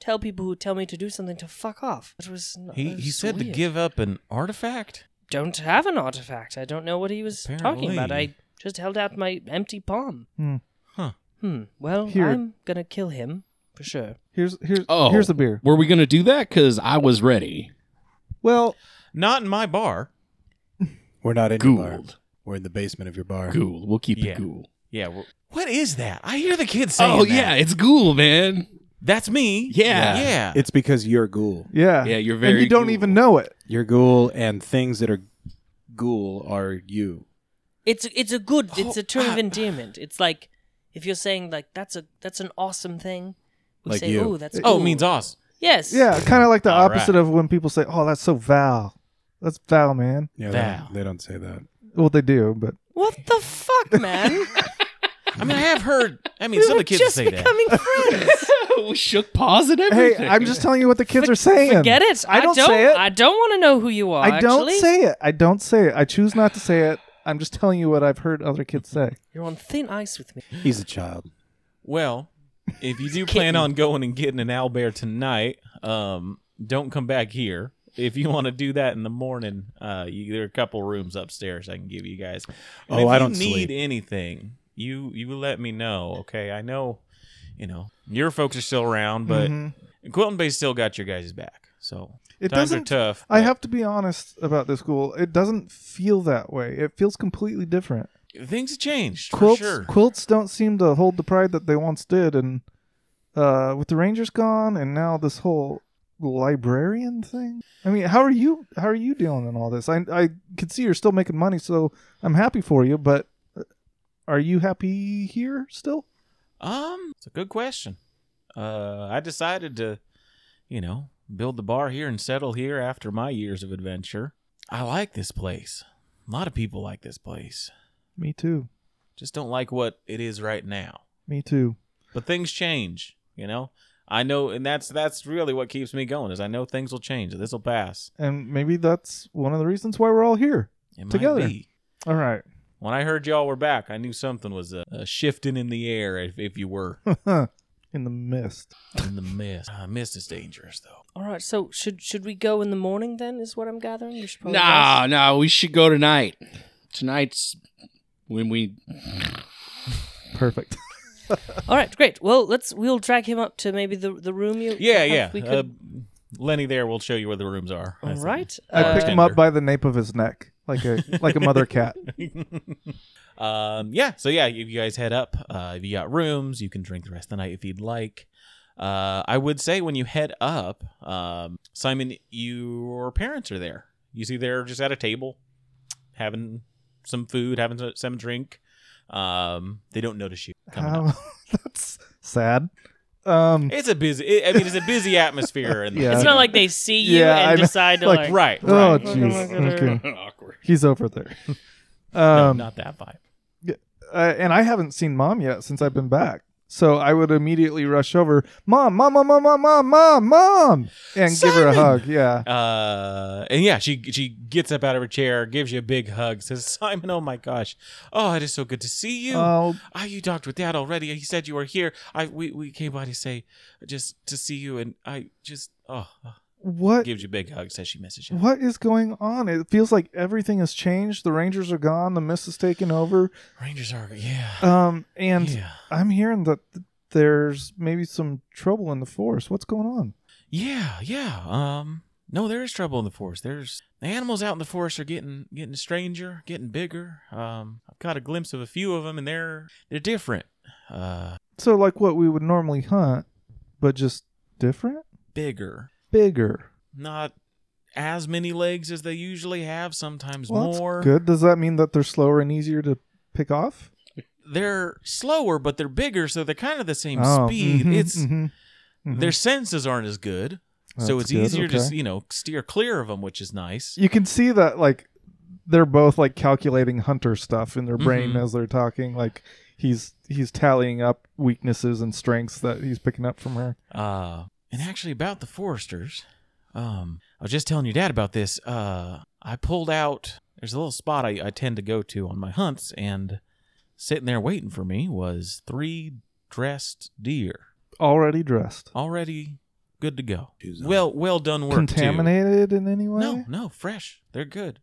Speaker 2: tell people who tell me to do something to fuck off. It was. n-
Speaker 1: he
Speaker 2: it
Speaker 1: he
Speaker 2: was
Speaker 1: said to
Speaker 2: weird.
Speaker 1: give up an artifact.
Speaker 2: Don't have an artifact. I don't know what he was talking about. I
Speaker 1: Apparently.
Speaker 2: just held out my empty palm.
Speaker 3: Hmm.
Speaker 1: Huh.
Speaker 2: Hmm. Well,
Speaker 3: Here.
Speaker 2: I'm gonna kill him for sure.
Speaker 3: Here's here's
Speaker 4: Oh,
Speaker 3: here's the beer.
Speaker 4: Were we gonna do that? Cause I was ready.
Speaker 3: Well,
Speaker 1: Not in my bar.
Speaker 5: We're not in your bar.
Speaker 4: Gould,
Speaker 5: We're in the basement of your bar.
Speaker 4: Gould. We'll keep
Speaker 1: Yeah.
Speaker 4: it Gould.
Speaker 1: Yeah. well, What is that? I hear the kids saying.
Speaker 4: Oh
Speaker 1: that.
Speaker 4: yeah, it's Gould, man.
Speaker 1: That's me.
Speaker 4: Yeah.
Speaker 1: Yeah.
Speaker 5: It's because you're ghoul.
Speaker 3: yeah,
Speaker 4: Yeah, you're very.
Speaker 3: and you don't
Speaker 4: Gould.
Speaker 3: even know it.
Speaker 5: You're ghoul, and things that are ghoul are you.
Speaker 2: It's it's a good. It's
Speaker 1: Oh,
Speaker 2: a term
Speaker 1: ah.
Speaker 2: of endearment. It's like if you're saying like that's a that's an awesome thing. We
Speaker 5: Like
Speaker 2: say,
Speaker 5: you.
Speaker 2: oh, that's
Speaker 1: oh,
Speaker 2: cool."
Speaker 1: it means awesome.
Speaker 2: yes.
Speaker 3: Yeah, kind of like the
Speaker 1: All
Speaker 3: opposite
Speaker 1: right.
Speaker 3: of when people say, "Oh, that's so Val." That's Val, man.
Speaker 5: Yeah,
Speaker 1: Val.
Speaker 5: They, they don't say that.
Speaker 3: Well, they do, but
Speaker 2: What the fuck, man?
Speaker 1: I mean, I have heard. I mean,
Speaker 2: we
Speaker 1: some of
Speaker 2: were
Speaker 1: the kids
Speaker 2: just
Speaker 1: say that.
Speaker 2: becoming friends.
Speaker 4: we shook paws and
Speaker 3: hey,
Speaker 4: everything.
Speaker 3: I'm just telling you what the kids are saying.
Speaker 2: Forget it.
Speaker 3: I don't say it.
Speaker 2: I don't want to know who you are.
Speaker 3: I don't
Speaker 2: actually.
Speaker 3: say it. I don't say it. I choose not to say it. I'm just telling you what I've heard other kids say.
Speaker 2: You're on thin ice with me.
Speaker 5: He's a child.
Speaker 1: Well, if you do plan on going and getting an owlbear tonight, um, don't come back here. If you want to do that in the morning, uh, you, there are a couple rooms upstairs I can give you guys. And
Speaker 5: Oh,
Speaker 1: if
Speaker 5: I
Speaker 1: you
Speaker 5: don't
Speaker 1: need
Speaker 5: sleep.
Speaker 1: anything. You you let me know, okay? I know, you know, your folks are still around, but
Speaker 3: Mhm.
Speaker 1: Quilton Bay still got your guys' back. So
Speaker 3: It
Speaker 1: times
Speaker 3: doesn't-
Speaker 1: are tough.
Speaker 3: I
Speaker 1: but-
Speaker 3: have to be honest about this school. It doesn't feel that way. It feels completely different.
Speaker 1: things have changed
Speaker 3: Quilts
Speaker 1: for sure.
Speaker 3: quilts don't seem to hold the pride that they once did, and uh, with the Rangers gone, and now this whole librarian thing. I mean, how are you? How are you dealing in all this? I I could see you're still making money, so I'm happy for you. But uh, are you happy here still?
Speaker 1: Um, it's a good question. Uh, I decided to, you know, build the bar here and settle here after my years of adventure. I like this place. A lot of people like this place.
Speaker 3: Me too.
Speaker 1: Just don't like what it is right now.
Speaker 3: Me too.
Speaker 1: But things change, you know. I know, and that's that's really what keeps me going. Is I know things will change. This will pass.
Speaker 3: And maybe that's one of the reasons why we're all here.
Speaker 1: It
Speaker 3: Together.
Speaker 1: might be.
Speaker 3: All right.
Speaker 1: When I heard y'all were back, I knew something was uh, uh, shifting in the air. If, if you were
Speaker 3: in the mist.
Speaker 1: in the mist, uh, mist is dangerous though.
Speaker 2: All right. So should should we go in the morning then? Is what I'm gathering. You should probably
Speaker 4: Nah, nah. We should go tonight. Tonight's when we
Speaker 3: Perfect.
Speaker 2: rest. All right. Great. Well, let's we'll drag him up to maybe the the room you.
Speaker 1: Yeah,
Speaker 2: have.
Speaker 1: yeah.
Speaker 2: We could.
Speaker 1: Uh, Lenny there will show you where the rooms are.
Speaker 2: all right.
Speaker 3: I
Speaker 2: uh,
Speaker 3: picked him up by the nape of his neck, like a like a mother cat.
Speaker 1: um, yeah, so yeah, you you guys head up. Uh, if you got rooms, you can drink the rest of the night if you'd like. Uh, I would say when you head up, um, Simon, your parents are there. You see, they're just at a table having some food, having so- some drink. Um, they don't notice you. Coming up.
Speaker 3: How, that's sad. Um,
Speaker 1: It's a busy. It, I mean, it's a busy atmosphere. In the,
Speaker 3: Yeah.
Speaker 2: It's not like they see you
Speaker 3: Yeah,
Speaker 2: and
Speaker 3: I know.
Speaker 2: decide to
Speaker 3: Like,
Speaker 2: like.
Speaker 1: right, right.
Speaker 3: oh
Speaker 2: Look,
Speaker 3: jeez.
Speaker 2: look at her.
Speaker 3: Okay,
Speaker 4: awkward.
Speaker 3: he's over there.
Speaker 1: No,
Speaker 3: Um,
Speaker 1: not that vibe.
Speaker 3: uh, and I haven't seen mom yet since I've been back. So I would immediately rush over, mom, mom, mom, mom, mom, mom, mom, mom, and give her
Speaker 1: Simon!
Speaker 3: a hug. Yeah.
Speaker 1: uh and yeah she she gets up out of her chair gives you a big hug says simon oh my gosh oh it is so good to see you
Speaker 3: Oh,
Speaker 1: Ah, you talked with dad already he said you were here i we, we came by to say just to see you and i just oh
Speaker 3: what
Speaker 1: Gives you a big hug, says she misses you.
Speaker 3: what is going on? It feels like everything has changed. The Rangers are gone. The Mist has taken over.
Speaker 1: Rangers are, yeah.
Speaker 3: Um, and
Speaker 1: yeah.
Speaker 3: I'm hearing that th- there's maybe some trouble in the forest. What's going on?
Speaker 1: Yeah, yeah. Um, no, there is trouble in the forest. There's the animals out in the forest are getting getting stranger, getting bigger. Um, I've got a glimpse of a few of them, and they're they're different. Uh,
Speaker 3: So like what we would normally hunt, but just different,
Speaker 1: bigger,
Speaker 3: bigger.
Speaker 1: not as many legs as they usually have. Sometimes
Speaker 3: Well, that's
Speaker 1: more.
Speaker 3: good. Does that mean that they're slower and easier to pick off?
Speaker 1: They're slower, but they're bigger, so they're kind of the same
Speaker 3: Oh,
Speaker 1: speed.
Speaker 3: mhm,
Speaker 1: it's
Speaker 3: mhm, mhm.
Speaker 1: their senses aren't as good, so
Speaker 3: That's
Speaker 1: it's
Speaker 3: good,
Speaker 1: easier
Speaker 3: okay.
Speaker 1: to you know steer clear of them, which is nice.
Speaker 3: you can see that like they're both like calculating hunter stuff in their brain
Speaker 1: Mhm.
Speaker 3: as they're talking like he's he's tallying up weaknesses and strengths that he's picking up from her
Speaker 1: Uh, and actually about the foresters, um, I was just telling your dad about this. Uh, I pulled out. There's a little spot I, I tend to go to on my hunts, and sitting there waiting for me was three dressed deer,
Speaker 3: already dressed
Speaker 1: already good to go.
Speaker 5: Jeez, I'm-
Speaker 1: Well, well done work. too.
Speaker 3: contaminated in any way
Speaker 1: No, no, fresh. They're good.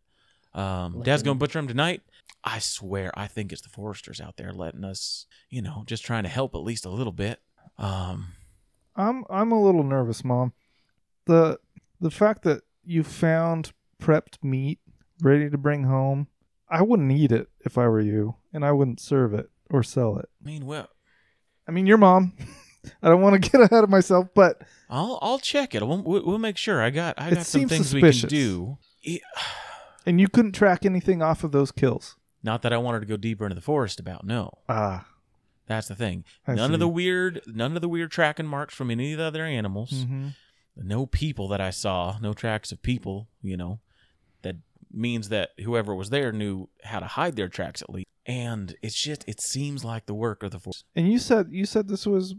Speaker 1: Um,
Speaker 2: Like
Speaker 1: Dad's
Speaker 2: an-
Speaker 1: gonna butcher them tonight. I swear, I think it's the foresters out there letting us, you know, just trying to help at least a little bit. Um,
Speaker 3: i'm i'm a little nervous mom the the fact that you found prepped meat ready to bring home i wouldn't eat it if i were you and i wouldn't serve it or sell it
Speaker 1: I mean, well,
Speaker 3: i mean your mom i don't want to get ahead of myself but
Speaker 1: I'll I'll check it. We'll, we'll we'll make sure. I got I
Speaker 3: It
Speaker 1: got some
Speaker 3: seems
Speaker 1: things we can
Speaker 3: suspicious.
Speaker 1: do. E-
Speaker 3: and you couldn't track anything off of those kills
Speaker 1: Not that I wanted to go deeper into the forest about. No,
Speaker 3: Ah,
Speaker 1: that's the thing.
Speaker 3: I
Speaker 1: none
Speaker 3: see.
Speaker 1: of the weird, none of the weird tracking marks from any of the other animals.
Speaker 3: Mhm.
Speaker 1: No people that I saw. No tracks of people. You know, that means that whoever was there knew how to hide their tracks at least. And it's just it seems like the work of the forest.
Speaker 3: And you said you said this was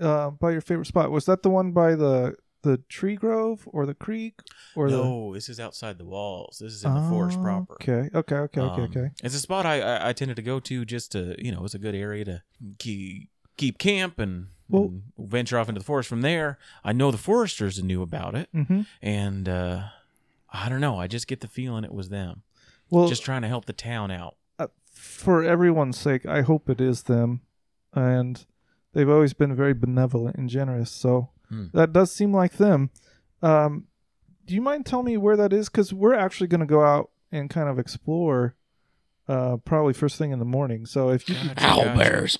Speaker 3: uh, by your favorite spot. Was that the one by the the tree grove or the creek or
Speaker 1: No, this is outside the walls. This is
Speaker 3: the
Speaker 1: in the forest
Speaker 3: Oh,
Speaker 1: proper.
Speaker 3: Okay, okay, okay, okay,
Speaker 1: Um,
Speaker 3: okay.
Speaker 1: It's a spot I, I I tended to go to just to you know it's a good area to keep keep camp and,
Speaker 3: Well-
Speaker 1: and venture off into the forest from there. I know the foresters knew about it,
Speaker 3: Mm-hmm.
Speaker 1: and uh, I don't know. I just get the feeling it was them,
Speaker 3: Well,
Speaker 1: just trying to help the town out.
Speaker 3: uh, for everyone's sake, I hope it is them, and they've always been very benevolent and generous. So
Speaker 1: Hmm.
Speaker 3: that does seem like them. Um, do you mind telling me where that is? Because we're actually going to go out and kind of explore, uh, probably first thing in the morning. So if you could
Speaker 4: Owl bears.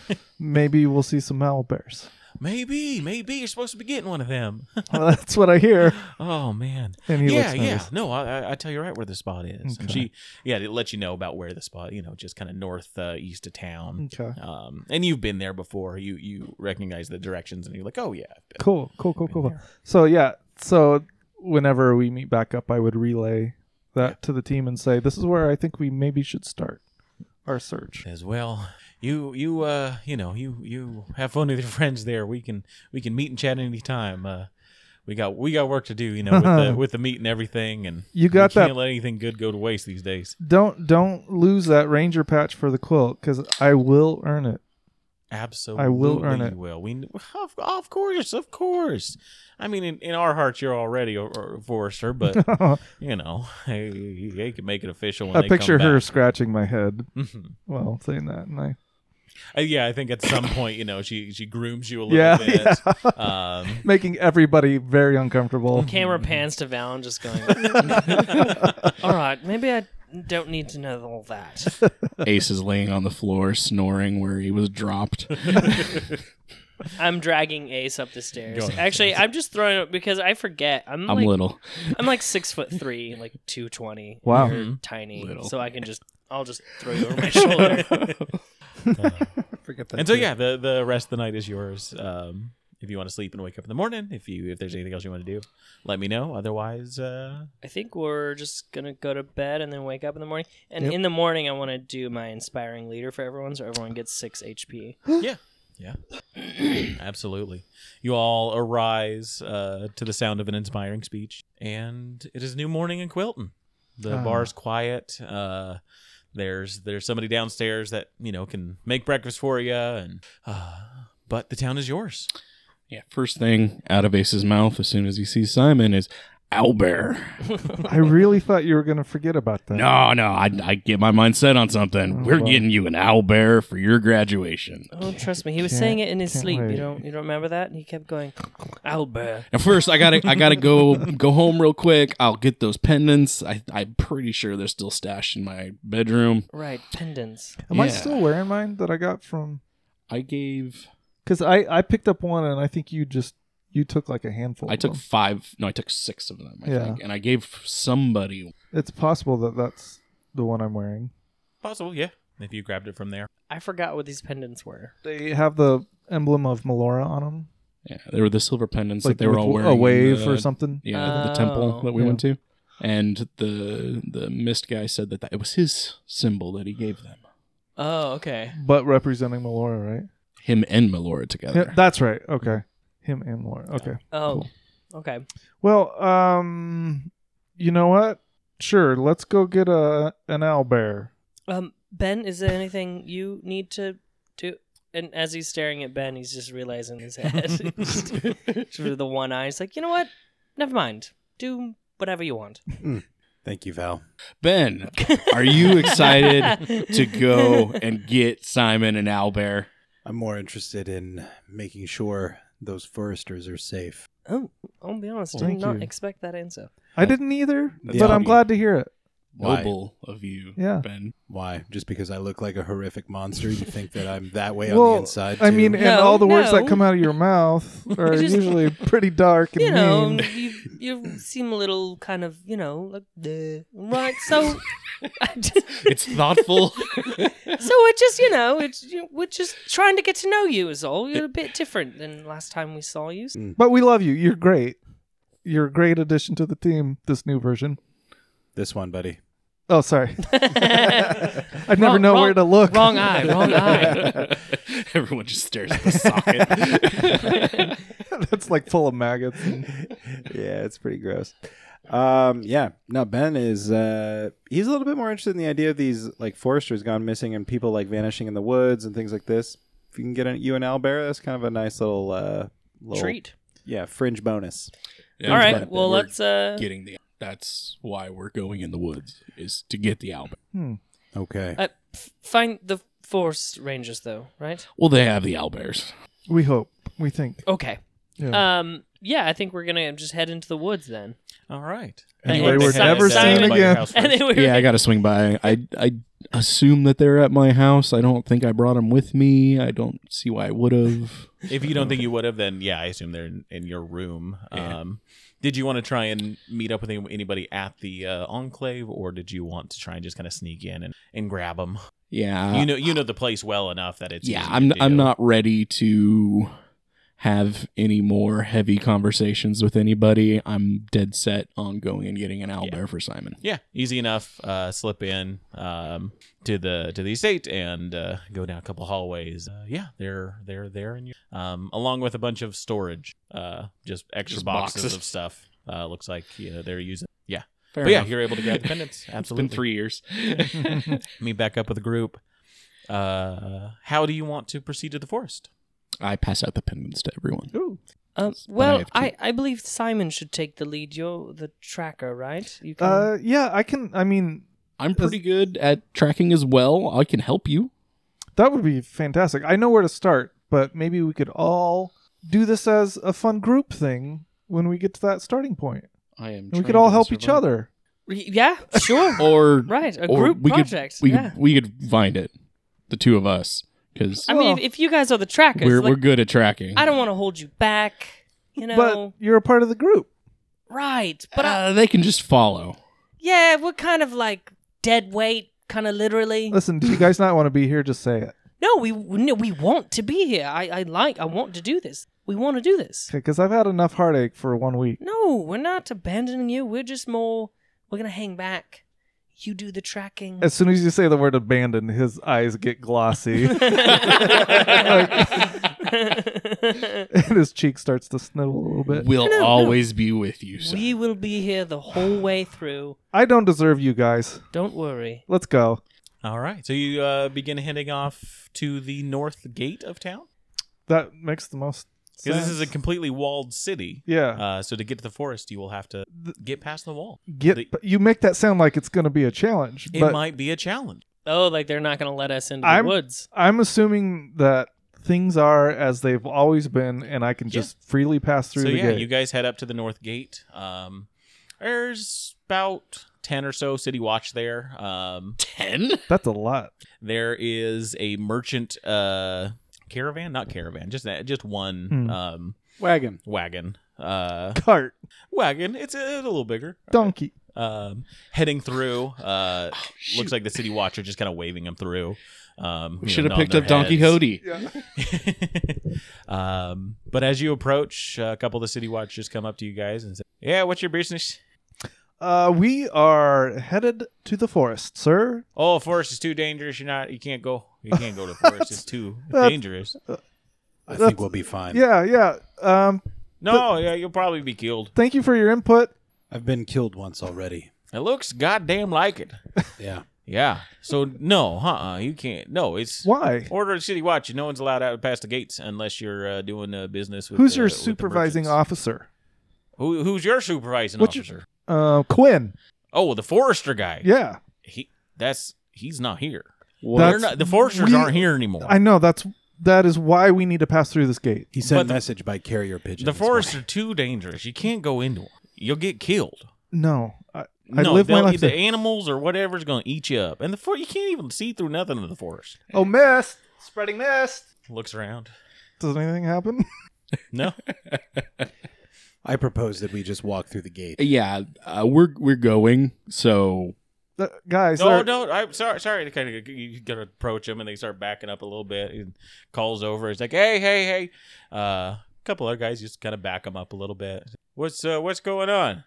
Speaker 3: maybe we'll see some owl bears.
Speaker 1: Maybe, maybe you're supposed to be getting one of them.
Speaker 3: Well, that's what I hear.
Speaker 1: oh man,
Speaker 3: And he
Speaker 1: yeah,
Speaker 3: looks
Speaker 1: yeah.
Speaker 3: nervous.
Speaker 1: No, I, I- I tell you right where the spot is. And
Speaker 3: Okay.
Speaker 1: she, yeah, it let you know about where the spot, you know, just kind of north uh, east of town.
Speaker 3: Okay.
Speaker 1: Um, and you've been there before. You you recognize the directions, and you're like, oh yeah, I've been-
Speaker 3: Cool, cool, cool,
Speaker 1: been
Speaker 3: cool.
Speaker 1: there.
Speaker 3: So yeah, so whenever we meet back up, I would relay that to the team and say, "This is where I think we maybe should start our search."
Speaker 1: as well. You you uh you know you you have fun with your friends there. We can we can meet and chat anytime. Uh, we got we got work to do, you know, with the with the meat and everything, and
Speaker 3: You got
Speaker 1: we
Speaker 3: that-
Speaker 1: Can't let anything good go to waste these days.
Speaker 3: Don't don't lose that ranger patch for the quilt because I will earn it.
Speaker 1: Absolutely,
Speaker 3: earn it.
Speaker 1: you Will we? Of, of course, of course. I mean, in, in our hearts, you're already a, a forester, but you know, hey, they can make it official. When
Speaker 3: I
Speaker 1: they
Speaker 3: picture
Speaker 1: come
Speaker 3: her
Speaker 1: back.
Speaker 3: scratching my head
Speaker 1: Mhm.
Speaker 3: while saying that, and I
Speaker 1: Uh, yeah, I think at some point, you know, she she grooms you a little
Speaker 3: Yeah,
Speaker 1: bit.
Speaker 3: yeah.
Speaker 1: Um,
Speaker 3: making everybody very uncomfortable.
Speaker 2: Camera pans to Valen just going, all right, maybe I don't need to know all that.
Speaker 4: Ace is laying on the floor snoring where he was dropped.
Speaker 2: I'm dragging Ace up the stairs.
Speaker 1: Go on.
Speaker 2: Actually, I'm just throwing it because I forget. I'm,
Speaker 4: I'm
Speaker 2: like
Speaker 4: little.
Speaker 2: I'm like six foot three, like two twenty.
Speaker 3: Wow.
Speaker 2: You're tiny,
Speaker 4: Little.
Speaker 2: so I can just I'll just throw you over my shoulder.
Speaker 5: forget that.
Speaker 1: and so yeah, the the rest of the night is yours. Um, if you want to sleep and wake up in the morning, if you if there's anything else you want to do, let me know. Otherwise, uh,
Speaker 2: I think we're just gonna go to bed and then wake up in the morning. And
Speaker 3: Yep.
Speaker 2: in the morning, I want to do my inspiring leader for everyone, so everyone gets six HP.
Speaker 1: yeah, yeah, absolutely. You all arise uh, to the sound of an inspiring speech, and it is new morning in Quilton. The
Speaker 3: Ah.
Speaker 1: bar's quiet. Uh, there's there's somebody downstairs that you know can make breakfast for you, and uh, but the town is yours.
Speaker 4: Yeah. First thing out of Ace's mouth as soon as he sees Simon is Albert.
Speaker 3: I really thought you were going to forget about that.
Speaker 4: No, no, I, I get my mind set on something.
Speaker 3: Oh,
Speaker 4: We're
Speaker 3: wow.
Speaker 4: getting you an owlbear for your graduation.
Speaker 2: Oh, trust me, he was
Speaker 3: Can't-
Speaker 2: saying it in his
Speaker 3: can't
Speaker 2: sleep.
Speaker 3: wait.
Speaker 2: You don't, you don't remember that? And he kept going, Albert.
Speaker 4: Now, first, I gotta, I gotta go, go home real quick. I'll get those pendants. I, I'm pretty sure they're still stashed in my bedroom.
Speaker 2: Right, pendants.
Speaker 3: Am I
Speaker 4: Yeah.
Speaker 3: still wearing mine that I got from?
Speaker 4: I gave,
Speaker 3: Because I I picked up one and I think you just you took like a handful.
Speaker 4: I
Speaker 3: of
Speaker 4: took
Speaker 3: them.
Speaker 4: five, no, I took six of them, I
Speaker 3: Yeah.
Speaker 4: think, and I gave somebody.
Speaker 3: It's possible that that's the one I'm wearing.
Speaker 1: Possible, yeah. If you grabbed it from there.
Speaker 2: I forgot what these pendants were.
Speaker 3: They have the emblem of Melora on them,
Speaker 4: Yeah, they were the silver pendants that they
Speaker 3: with
Speaker 4: were all wearing. uh,
Speaker 3: a
Speaker 4: in
Speaker 3: wave or
Speaker 4: the-
Speaker 3: something.
Speaker 4: Yeah, the
Speaker 2: Oh.
Speaker 4: temple that we
Speaker 3: Yeah.
Speaker 4: went to, and the the mist guy said that, that it was his symbol that he gave them,
Speaker 2: Oh, okay.
Speaker 3: But representing Melora, right?
Speaker 4: him and Melora together.
Speaker 3: Yeah, that's right. Okay, him and Melora. Okay.
Speaker 2: Oh, okay.
Speaker 3: Well, um, you know what? Sure, let's go get a an owlbear.
Speaker 2: Um, Ben, is there anything you need to do? And as he's staring at Ben, he's just realizing his head. Through the one eye, he's like, you know what? Never mind. Do whatever you want.
Speaker 5: Thank you, Val.
Speaker 4: Ben, are you excited to go and get Simon and Owlbear?
Speaker 5: I'm more interested in making sure those foresters are safe.
Speaker 2: Oh, I'll be honest. I did
Speaker 3: Thank
Speaker 2: not
Speaker 3: you.
Speaker 2: expect that answer.
Speaker 3: I didn't either,
Speaker 5: Yeah.
Speaker 3: but I'm glad to hear it.
Speaker 5: Why?
Speaker 4: Noble of you,
Speaker 3: Yeah.
Speaker 4: Ben.
Speaker 5: Why? Just because I look like a horrific monster, you think that I'm that way on
Speaker 3: Well,
Speaker 5: the inside?
Speaker 3: I
Speaker 5: too?
Speaker 3: mean, and
Speaker 2: No,
Speaker 3: all the words that
Speaker 2: no.
Speaker 3: come out of your mouth are
Speaker 2: It's just-
Speaker 3: usually pretty dark and
Speaker 2: You know,
Speaker 3: mean.
Speaker 2: you you seem a little kind of, you know, like "Duh." right. So, I just-
Speaker 4: It's thoughtful.
Speaker 2: so it just, you know, it's you- we're just trying to get to know you is all. You're a bit different than last time we saw you. so-
Speaker 3: But we love you. You're great. You're a great addition to the team. This new version.
Speaker 5: this one, buddy.
Speaker 3: Oh, sorry. I never
Speaker 2: Wrong-
Speaker 3: know
Speaker 2: wrong-
Speaker 3: where to look.
Speaker 2: Wrong eye, wrong eye.
Speaker 4: Everyone just stares at the socket.
Speaker 3: That's like full of maggots. and-
Speaker 5: yeah, it's pretty gross. Um, yeah. No, Ben is uh he's a little bit more interested in the idea of these like foresters gone missing and people like vanishing in the woods and things like this. If you can get an, you an owlbear, that's kind of a nice little uh little,
Speaker 2: Treat.
Speaker 5: Yeah, fringe bonus.
Speaker 2: All right.
Speaker 4: But
Speaker 2: Well,
Speaker 4: we're
Speaker 2: let's. Uh,
Speaker 4: getting the. That's why we're going in the woods is to get the Owlbear.
Speaker 3: Hmm.
Speaker 5: Okay.
Speaker 2: uh, f- find the forest rangers, though, right?
Speaker 4: Well, they have the Owlbears.
Speaker 3: We hope. We think.
Speaker 2: Okay.
Speaker 3: Yeah.
Speaker 2: Um. Yeah, I think we're gonna just head into the woods then.
Speaker 1: All right.
Speaker 3: Anyway,
Speaker 2: and
Speaker 3: we're
Speaker 2: Simon-
Speaker 3: never
Speaker 2: Simon-
Speaker 3: seen
Speaker 1: By your
Speaker 3: again.
Speaker 1: house first.
Speaker 2: And then we're,
Speaker 4: Yeah, I got to swing by. I I assume that they're at my house. I don't think I brought them with me. I don't see why I would have.
Speaker 1: If you don't think you would have, then yeah, I assume they're in, in your room. Um, did you want to try and meet up with any- anybody at the uh, enclave, or did you want to try and just kind of sneak in and, and grab them?
Speaker 4: Yeah,
Speaker 1: you know, you know the place well enough that it's
Speaker 4: Uh, yeah.
Speaker 1: easy
Speaker 4: I'm
Speaker 1: to do.
Speaker 4: I'm not ready to have any more heavy conversations with anybody. I'm dead set on going and getting an owlbear for Simon.
Speaker 1: Yeah, easy enough. Uh, slip in um, to the to the estate and uh, go down a couple hallways. Uh, yeah, they're they're there, and um, along with a bunch of storage, uh, just extra
Speaker 4: Just
Speaker 1: boxes.
Speaker 4: boxes.
Speaker 1: of stuff. Uh, looks like you know, they're using. Yeah,
Speaker 4: Fair
Speaker 1: but yeah,
Speaker 4: enough.
Speaker 1: you're able to grab the pendants.
Speaker 4: it's
Speaker 1: Absolutely,
Speaker 4: been three years.
Speaker 1: meet back up with the group. Uh, how do you want to proceed to the forest?
Speaker 4: I pass out the pendants to everyone.
Speaker 2: um,
Speaker 4: But I
Speaker 2: well,
Speaker 4: have to-
Speaker 2: I, I believe Simon should take the lead. You're the tracker, right? You can.
Speaker 4: um,
Speaker 3: Uh, yeah, I can. I mean,
Speaker 4: I'm pretty good at tracking as well. I can help you.
Speaker 3: That would be fantastic. I know where to start, but maybe we could all do this as a fun group thing when we get to that starting point.
Speaker 4: I am.
Speaker 3: And we
Speaker 4: trying
Speaker 3: could all
Speaker 4: to
Speaker 3: help each
Speaker 4: survive.
Speaker 3: other.
Speaker 2: yeah, sure.
Speaker 4: Or
Speaker 2: right, a
Speaker 4: or
Speaker 2: group
Speaker 4: we
Speaker 2: project.
Speaker 4: Could, we
Speaker 2: yeah.
Speaker 4: could we could find it, the two of us, because
Speaker 2: I mean,
Speaker 3: Well-
Speaker 2: if you guys are the trackers,
Speaker 4: we're
Speaker 2: like,
Speaker 4: we're good at tracking.
Speaker 2: I don't want to hold you back. You know,
Speaker 3: But you're a part of the group.
Speaker 2: right? But
Speaker 4: But
Speaker 2: I,
Speaker 4: uh, they can just follow.
Speaker 2: yeah, we're kind of like dead weight, kind of literally.
Speaker 3: Listen, do you guys not want to be here? Just say it.
Speaker 2: No, we no, we want to be here. I, I like. I want to do this. We want to do this.
Speaker 3: Okay, because I've had enough heartache for one week.
Speaker 2: No, we're not abandoning you. We're just more. We're gonna hang back. You do the tracking.
Speaker 3: As soon as you say the word abandon, his eyes get glossy and his cheek starts to snivel a little bit.
Speaker 4: We'll
Speaker 2: No, no.
Speaker 4: always be with you. Son.
Speaker 2: we will be here the whole way through.
Speaker 3: I don't deserve you guys.
Speaker 2: Don't worry.
Speaker 3: Let's go.
Speaker 1: All right, so you uh, begin heading off to the north gate of town.
Speaker 3: That makes the most
Speaker 1: Because this is a completely walled city.
Speaker 3: yeah.
Speaker 1: Uh, so to get to the forest, you will have to get past the wall.
Speaker 3: Get
Speaker 1: the-
Speaker 3: but you make that sound like it's going to be a challenge,
Speaker 1: It
Speaker 3: but
Speaker 1: might be a challenge.
Speaker 2: Oh, like they're not going to let us into
Speaker 3: I'm-
Speaker 2: the woods.
Speaker 3: I'm assuming that things are as they've always been, and I can
Speaker 1: Yeah.
Speaker 3: just freely pass through
Speaker 1: so
Speaker 3: the
Speaker 1: yeah,
Speaker 3: gate.
Speaker 1: you guys head up to the north gate. Um, there's about ten or so city watch there. Um,
Speaker 4: Ten?
Speaker 3: That's a lot.
Speaker 1: there is a merchant uh, caravan, not caravan, just that, just one
Speaker 3: Hmm.
Speaker 1: um,
Speaker 5: Wagon.
Speaker 1: wagon. Uh,
Speaker 3: Cart,
Speaker 1: wagon. It's a, a little bigger.
Speaker 3: donkey.
Speaker 1: Um, heading through. Uh, looks like the city watch are just kind of waving them through. Um, you know,
Speaker 4: We should have
Speaker 1: nodding
Speaker 4: picked up
Speaker 1: their
Speaker 4: Don
Speaker 1: heads.
Speaker 4: Quixote.
Speaker 1: um, but as you approach, uh, a couple of the city watchers come up to you guys and say, "Yeah, what's your business?"
Speaker 3: Uh, we are headed to the forest, sir.
Speaker 1: Oh, forest is too dangerous. You're not. You can't go. You can't go to the forest. It's too
Speaker 3: That's-
Speaker 1: dangerous.
Speaker 6: I
Speaker 3: That's-
Speaker 6: think we'll be fine.
Speaker 3: Yeah, yeah. Um,
Speaker 1: No, yeah, you'll probably be killed.
Speaker 3: thank you for your input.
Speaker 6: I've been killed once already.
Speaker 1: It looks goddamn like it.
Speaker 6: Yeah.
Speaker 1: Yeah. So no, uh-uh, you can't. No, it's
Speaker 3: Why?
Speaker 1: order of city watch. No one's allowed out past the gates unless you're uh, doing uh, business with.
Speaker 3: Who's
Speaker 1: the-
Speaker 3: your
Speaker 1: with the
Speaker 3: supervising
Speaker 1: merchants.
Speaker 3: officer?
Speaker 1: Who, who's your supervising
Speaker 3: What's your-
Speaker 1: officer?
Speaker 3: Uh, Quinn.
Speaker 1: Oh, the forester guy.
Speaker 3: Yeah,
Speaker 1: He. That's he's not here.
Speaker 3: That's-
Speaker 1: They're not, the foresters
Speaker 3: we-
Speaker 1: aren't here anymore.
Speaker 3: I know. That's that is why we need to pass through this gate.
Speaker 6: He
Speaker 1: But
Speaker 6: sent
Speaker 1: the-
Speaker 6: a message by carrier pigeon.
Speaker 1: the
Speaker 6: this morning.
Speaker 1: forests are too dangerous. You can't go into them. You'll get killed.
Speaker 3: No, I, I
Speaker 1: no,
Speaker 3: live my
Speaker 1: they'll-
Speaker 3: life.
Speaker 1: the
Speaker 3: there.
Speaker 1: animals or whatever's going to eat you up. And the forest, you can't even see through nothing in the forest.
Speaker 3: Oh, mist, spreading mist.
Speaker 1: Looks around.
Speaker 3: Does anything happen?
Speaker 1: No.
Speaker 6: I propose that we just walk through the gate.
Speaker 4: Yeah, uh, we're we're going. So
Speaker 3: Uh, guys,
Speaker 1: no,
Speaker 3: there-
Speaker 1: no. I'm sorry. Sorry. to Kind of, you got to approach them and they start backing up a little bit and calls over. He's like, hey, hey, hey. Uh, a couple other guys just kind of back them up a little bit. What's uh, what's going on?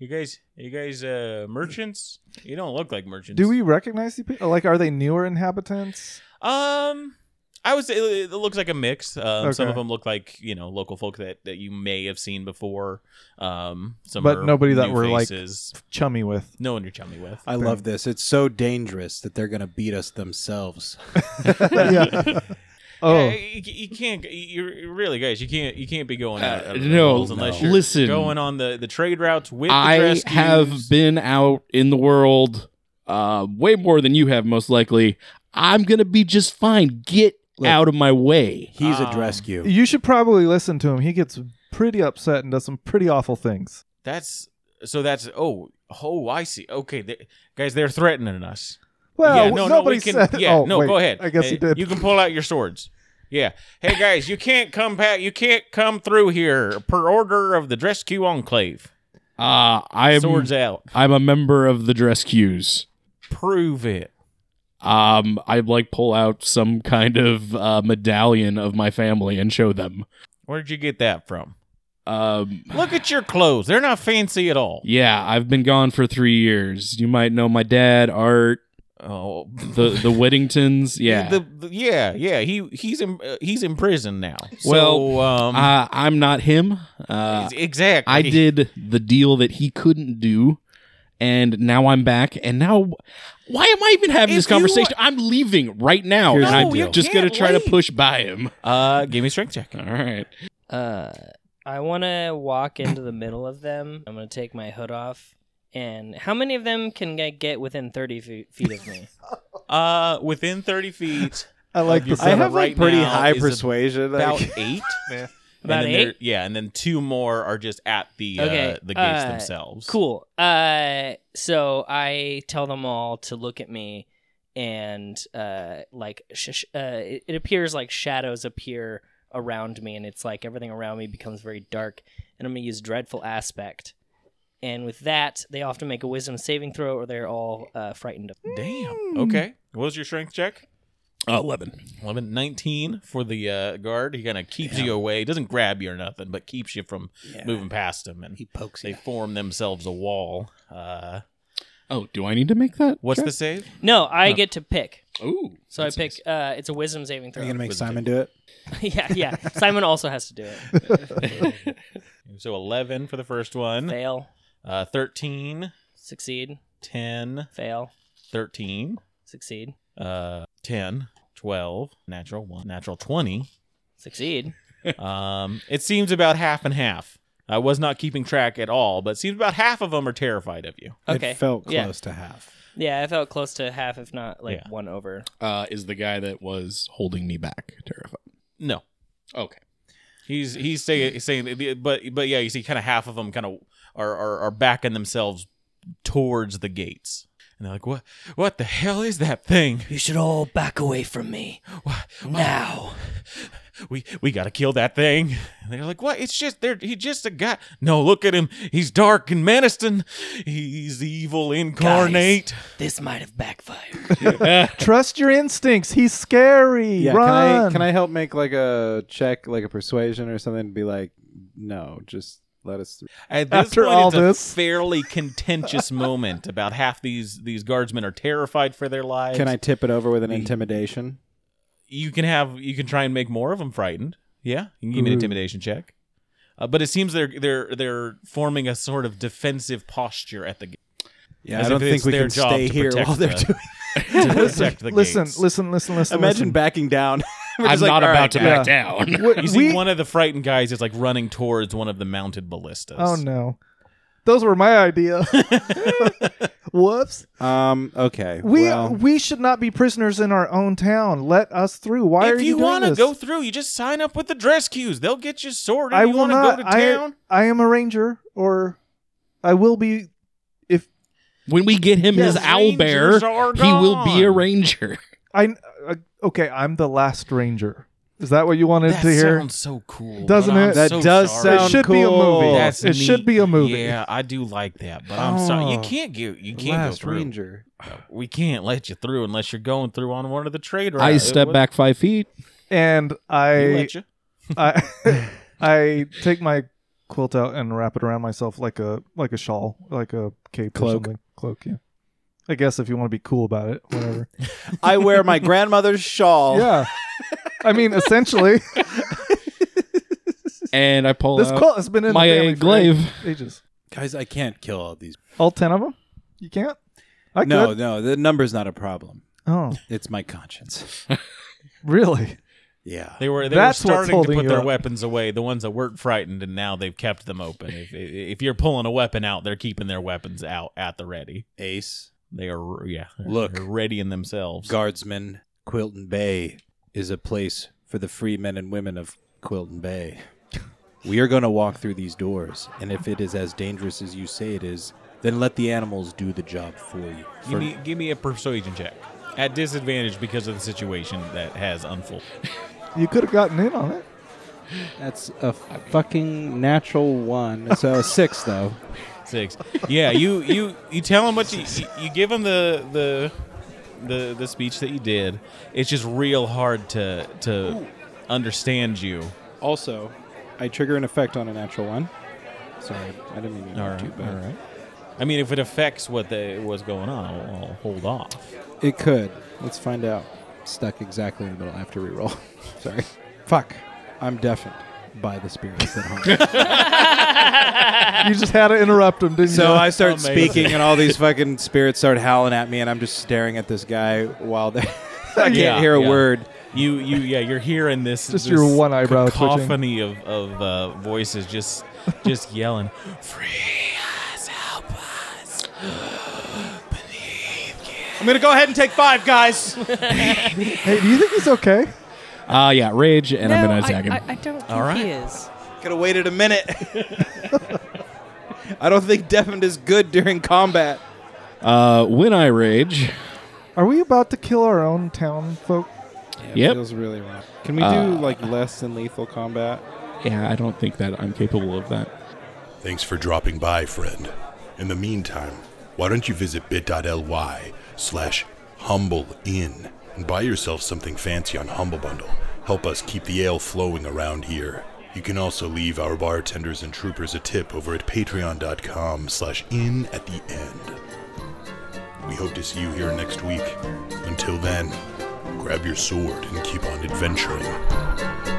Speaker 1: You guys, you guys, uh, merchants? You don't look like merchants.
Speaker 3: Do we recognize these people? Like, are they newer inhabitants?
Speaker 1: Um, I would say it it looks like a mix. Um, Some
Speaker 3: Okay.
Speaker 1: of them look like you know local folk that, that you may have seen before. Um, some
Speaker 3: But
Speaker 1: are
Speaker 3: nobody that
Speaker 1: new
Speaker 3: we're, like-
Speaker 1: faces.
Speaker 3: Chummy with.
Speaker 1: no one you're chummy with.
Speaker 6: I love this. It's so dangerous that they're going to beat us themselves.
Speaker 3: yeah. Oh,
Speaker 1: Yeah, you, you can't. You you really, guys, you can't. You can't be going out.
Speaker 4: Uh,
Speaker 1: out of the
Speaker 4: no,
Speaker 1: walls unless
Speaker 4: no.
Speaker 1: you're
Speaker 4: Listen.
Speaker 1: going on the, the trade routes with. the
Speaker 4: I
Speaker 1: rescues.
Speaker 4: have been out in the world uh, way more than you have, most likely. I'm gonna be just fine. Get
Speaker 6: Look.
Speaker 4: out of my way.
Speaker 6: He's
Speaker 1: Um,
Speaker 6: a rescue.
Speaker 3: you should probably listen to him. He gets pretty upset and does some pretty awful things.
Speaker 1: That's so. That's oh oh. I see. Okay, they, guys, they're threatening us.
Speaker 3: Well,
Speaker 1: yeah, no, no,
Speaker 3: nobody
Speaker 1: we can,
Speaker 3: said.
Speaker 1: Yeah,
Speaker 3: oh,
Speaker 1: no,
Speaker 3: wait,
Speaker 1: go ahead.
Speaker 3: I guess
Speaker 1: Uh,
Speaker 3: he did.
Speaker 1: You can pull out your swords. Yeah. Hey guys, you can't come back. You can't come through here per order of the Drescue Enclave.
Speaker 4: Uh, I'm
Speaker 1: Swords out.
Speaker 4: I'm a member of the dress cues.
Speaker 1: Prove it.
Speaker 4: Um, I like pull out some kind of uh, medallion of my family and show them.
Speaker 1: Where'd you get that from?
Speaker 4: Um,
Speaker 1: Look at your clothes. They're not fancy at all.
Speaker 4: yeah, I've been gone for three years. You might know my dad, Art,
Speaker 1: Oh.
Speaker 4: the the Whittingtons. Yeah,
Speaker 1: The, the- yeah, yeah. He he's in uh, he's in prison now. So,
Speaker 4: Well,
Speaker 1: um
Speaker 4: uh, I'm not him. Uh,
Speaker 1: ex- exactly.
Speaker 4: I did the deal that he couldn't do, and now I'm back. And now, why am I even having this
Speaker 1: If you
Speaker 4: conversation? I'm leaving right now,
Speaker 6: Here's
Speaker 4: and
Speaker 6: the
Speaker 4: I'm
Speaker 6: deal.
Speaker 4: just
Speaker 1: You
Speaker 4: gonna
Speaker 1: can't
Speaker 4: try to
Speaker 1: leave.
Speaker 4: push by him.
Speaker 1: Uh give me a strength check.
Speaker 4: All right.
Speaker 2: Uh, I want to walk into the middle of them. I'm going to take my hood off. And how many of them can I get within 30 feet, feet of me?
Speaker 1: Uh within 30 feet.
Speaker 3: I like
Speaker 1: you-
Speaker 3: the
Speaker 1: I
Speaker 5: I
Speaker 3: sound.
Speaker 5: have like
Speaker 1: right
Speaker 5: pretty
Speaker 1: now
Speaker 5: high
Speaker 1: is
Speaker 5: persuasion.
Speaker 1: about
Speaker 5: like-
Speaker 1: eight.
Speaker 3: Yeah.
Speaker 1: And
Speaker 2: About
Speaker 1: then there-
Speaker 2: eight?
Speaker 1: Yeah, and then two more are just at the uh,
Speaker 2: Okay,
Speaker 1: the gates
Speaker 2: uh,
Speaker 1: themselves.
Speaker 2: cool. Uh, so I tell them all to look at me, and uh, like sh- sh- uh, it, it appears like shadows appear around me, and it's like everything around me becomes very dark. And I'm gonna use dreadful aspect. And with that, they often make a wisdom saving throw, or they're all uh, frightened.
Speaker 1: Damn. Okay. What was your strength check?
Speaker 4: Eleven.
Speaker 1: 11, 19 for the uh, guard. He kind of keeps you away. Doesn't grab you or nothing, but keeps you from moving past him. And
Speaker 6: He pokes
Speaker 1: they
Speaker 6: you.
Speaker 1: form themselves a wall. Uh,
Speaker 4: Oh, do I need to make that?
Speaker 1: what's the save?
Speaker 2: No, I get to pick.
Speaker 4: Oh,
Speaker 2: So I pick. Uh, it's a wisdom saving
Speaker 6: Are
Speaker 2: throw.
Speaker 6: you going to make Simon do it?
Speaker 2: yeah, yeah. Simon also has to do it.
Speaker 1: So 11 for the first one,
Speaker 2: Fail,
Speaker 1: uh, 13,
Speaker 2: succeed,
Speaker 1: 10,
Speaker 2: fail,
Speaker 1: 13,
Speaker 2: succeed,
Speaker 1: uh, 10, 12, natural 1, natural 20.
Speaker 2: succeed.
Speaker 1: Um, it seems about half and half. I was not keeping track at all, but it seems about half of them are terrified of you.
Speaker 2: Okay.
Speaker 5: It felt close
Speaker 2: Yeah.
Speaker 5: to half.
Speaker 2: Yeah, I felt close to half, if not like
Speaker 1: Yeah.
Speaker 2: one over.
Speaker 4: Uh, is the guy that was holding me back terrified?
Speaker 1: No,
Speaker 4: Okay.
Speaker 1: he's he's saying he's saying, that the- but but yeah, you see, kind of half of them kind of are, are are backing themselves towards the gates, and they're like, "What what the hell is that thing?
Speaker 2: You should all back away from me
Speaker 1: Wha-
Speaker 2: now.
Speaker 1: we we gotta kill that thing. And they're like, what? It's just there. He just a guy. No, look at him. He's dark and menacing. He's evil incarnate.
Speaker 2: This might have backfired.
Speaker 3: Trust your instincts. He's scary.
Speaker 5: Yeah, can I
Speaker 3: Run.
Speaker 5: can I help make like a check, like a persuasion or something? to Be like, no, just let us. Through.
Speaker 1: At this
Speaker 3: After
Speaker 1: point,
Speaker 3: all
Speaker 1: it's
Speaker 3: this.
Speaker 1: a fairly contentious moment. About half these these guardsmen are terrified for their lives.
Speaker 5: Can I tip it over with an intimidation?
Speaker 1: You can have. You can try and make more of them frightened. Yeah, you can give me an intimidation check. Uh, but it seems they're they're they're forming a sort of defensive posture at the gate
Speaker 5: Yeah,
Speaker 1: As
Speaker 5: I don't
Speaker 1: if it's
Speaker 5: think we
Speaker 1: their
Speaker 5: can
Speaker 1: job
Speaker 5: stay
Speaker 1: to
Speaker 5: here
Speaker 1: protect
Speaker 5: while they're
Speaker 1: the-
Speaker 5: doing.
Speaker 1: to protect the
Speaker 3: listen,
Speaker 1: gates.
Speaker 3: listen, listen, listen.
Speaker 5: Imagine
Speaker 3: listen.
Speaker 5: backing down. We're
Speaker 4: I'm
Speaker 5: just like,
Speaker 4: not
Speaker 5: "All
Speaker 4: about
Speaker 5: right,
Speaker 4: to back
Speaker 5: guys."
Speaker 4: down.
Speaker 3: What-
Speaker 1: You see,
Speaker 3: we-
Speaker 1: one of the frightened guys is like running towards one of the mounted ballistas.
Speaker 3: Oh no, those were my idea. Whoops.
Speaker 5: Um. Okay.
Speaker 3: We
Speaker 5: well,
Speaker 3: we should not be prisoners in our own town. Let us through. Why are
Speaker 1: if you
Speaker 3: doing
Speaker 1: want to
Speaker 3: this?
Speaker 1: go through, you just sign up with the dress cues. They'll get you sorted.
Speaker 3: I
Speaker 1: you
Speaker 3: will
Speaker 1: want to
Speaker 3: not.
Speaker 1: go to
Speaker 3: I
Speaker 1: town?
Speaker 3: I am a ranger, or I will be. If
Speaker 4: when we get him his
Speaker 1: The
Speaker 4: owl bear,
Speaker 1: Rangers are
Speaker 4: he will be a
Speaker 1: gone.
Speaker 4: ranger.
Speaker 3: I uh, okay, I'm the last ranger. Is that what you wanted
Speaker 1: That
Speaker 3: to hear?
Speaker 1: sounds so cool.
Speaker 3: Doesn't
Speaker 1: but I'm
Speaker 3: it?
Speaker 5: that
Speaker 1: so
Speaker 5: does
Speaker 1: sorry.
Speaker 5: sound
Speaker 3: It should be a
Speaker 5: cool.
Speaker 3: movie.
Speaker 1: That's
Speaker 3: it should
Speaker 1: neat.
Speaker 3: be a movie.
Speaker 1: Yeah, I do like that, but I'm sorry you
Speaker 3: Oh.
Speaker 1: can't get you can't go
Speaker 5: Last
Speaker 1: through.
Speaker 5: Ranger.
Speaker 1: We can't let you through unless you're going through on one of the trade routes.
Speaker 4: I
Speaker 1: It
Speaker 4: step
Speaker 1: would-
Speaker 4: back five feet.
Speaker 3: And
Speaker 1: we
Speaker 3: I
Speaker 1: let you.
Speaker 3: I I take my quilt out and wrap it around myself like a like a shawl, like a cape or
Speaker 5: Cloak.
Speaker 3: something. Cloak, yeah. I guess if you want to be cool about it, whatever.
Speaker 5: I wear my grandmother's shawl.
Speaker 3: yeah. I mean, essentially,
Speaker 4: and I pull
Speaker 3: this
Speaker 4: out
Speaker 3: quilt has been in
Speaker 4: my
Speaker 3: the family
Speaker 4: uh,
Speaker 3: for
Speaker 4: glaive.
Speaker 3: ages.
Speaker 5: Guys, I can't kill all these.
Speaker 3: All ten of them? You can't. I
Speaker 5: no,
Speaker 3: could.
Speaker 5: no, the number's not a problem.
Speaker 3: Oh,
Speaker 5: It's my conscience.
Speaker 3: really?
Speaker 5: Yeah.
Speaker 1: They were they
Speaker 3: That's
Speaker 1: were
Speaker 3: what's
Speaker 1: starting to
Speaker 3: holding
Speaker 1: put
Speaker 3: you
Speaker 1: their
Speaker 3: up.
Speaker 1: weapons away. The ones that weren't frightened, and now they've kept them open. if, if you're pulling a weapon out, they're keeping their weapons out at the ready.
Speaker 5: Ace,
Speaker 1: They are yeah. they're-
Speaker 5: Look.
Speaker 1: they're readying themselves.
Speaker 5: Guardsman, Quilton Bay is a place for the free men and women of Quilton Bay. We are going to walk through these doors, and if it is as dangerous as you say it is, then let the animals do the job for you.
Speaker 1: give
Speaker 5: For-
Speaker 1: me give me a persuasion check at disadvantage because of the situation that has unfolded.
Speaker 3: You could have gotten in on it.
Speaker 5: That's a fucking natural one. So six, though.
Speaker 1: Six. Yeah, you you you tell him what you you- you give him the the the the speech that you did. It's just real hard to to understand you.
Speaker 5: Also, I trigger an effect on a natural one. Sorry, I didn't mean to
Speaker 1: All
Speaker 5: do
Speaker 1: right,
Speaker 5: too bad.
Speaker 1: all right. I mean, if it affects what the, was going on, I'll, I'll hold off.
Speaker 5: It could. Let's find out. Stuck exactly in the middle. I have to reroll. Sorry. Fuck. I'm deafened by the spirits that haunt. me.
Speaker 3: You just had to interrupt him, didn't you?
Speaker 5: so I start
Speaker 1: Amazing.
Speaker 5: speaking, and all these fucking spirits start howling at me, and I'm just staring at this guy while they. I can't
Speaker 1: Yeah,
Speaker 5: hear a
Speaker 1: yeah.
Speaker 5: word.
Speaker 1: You, you, yeah, you're hearing this.
Speaker 3: Just
Speaker 1: this
Speaker 3: your one eyebrow twitching.
Speaker 1: cacophony of of uh, voices just just yelling, "Free us, help us!"
Speaker 5: I'm gonna go ahead and take five, guys.
Speaker 3: Hey, do you think he's okay?
Speaker 4: Ah, yeah, rage, and I'm gonna attack him.
Speaker 2: I, I don't think
Speaker 1: All right.
Speaker 2: he is.
Speaker 5: Could have waited a minute. I don't think deafened is good during combat.
Speaker 4: uh, when I rage,
Speaker 3: Are we about to kill our own town folk?
Speaker 4: Yep.
Speaker 5: feels really rough. Can we
Speaker 4: Uh,
Speaker 5: do like less than lethal combat?
Speaker 4: yeah, I don't think that I'm capable of that.
Speaker 6: Thanks for dropping by, friend. In the meantime, why don't you visit bit.ly slash humble inn and buy yourself something fancy on Humble Bundle. Help us keep the ale flowing around here. You can also leave our bartenders and troopers a tip over at patreon.com slash in at the end. We hope to see you here next week. Until then, grab your sword and keep on adventuring.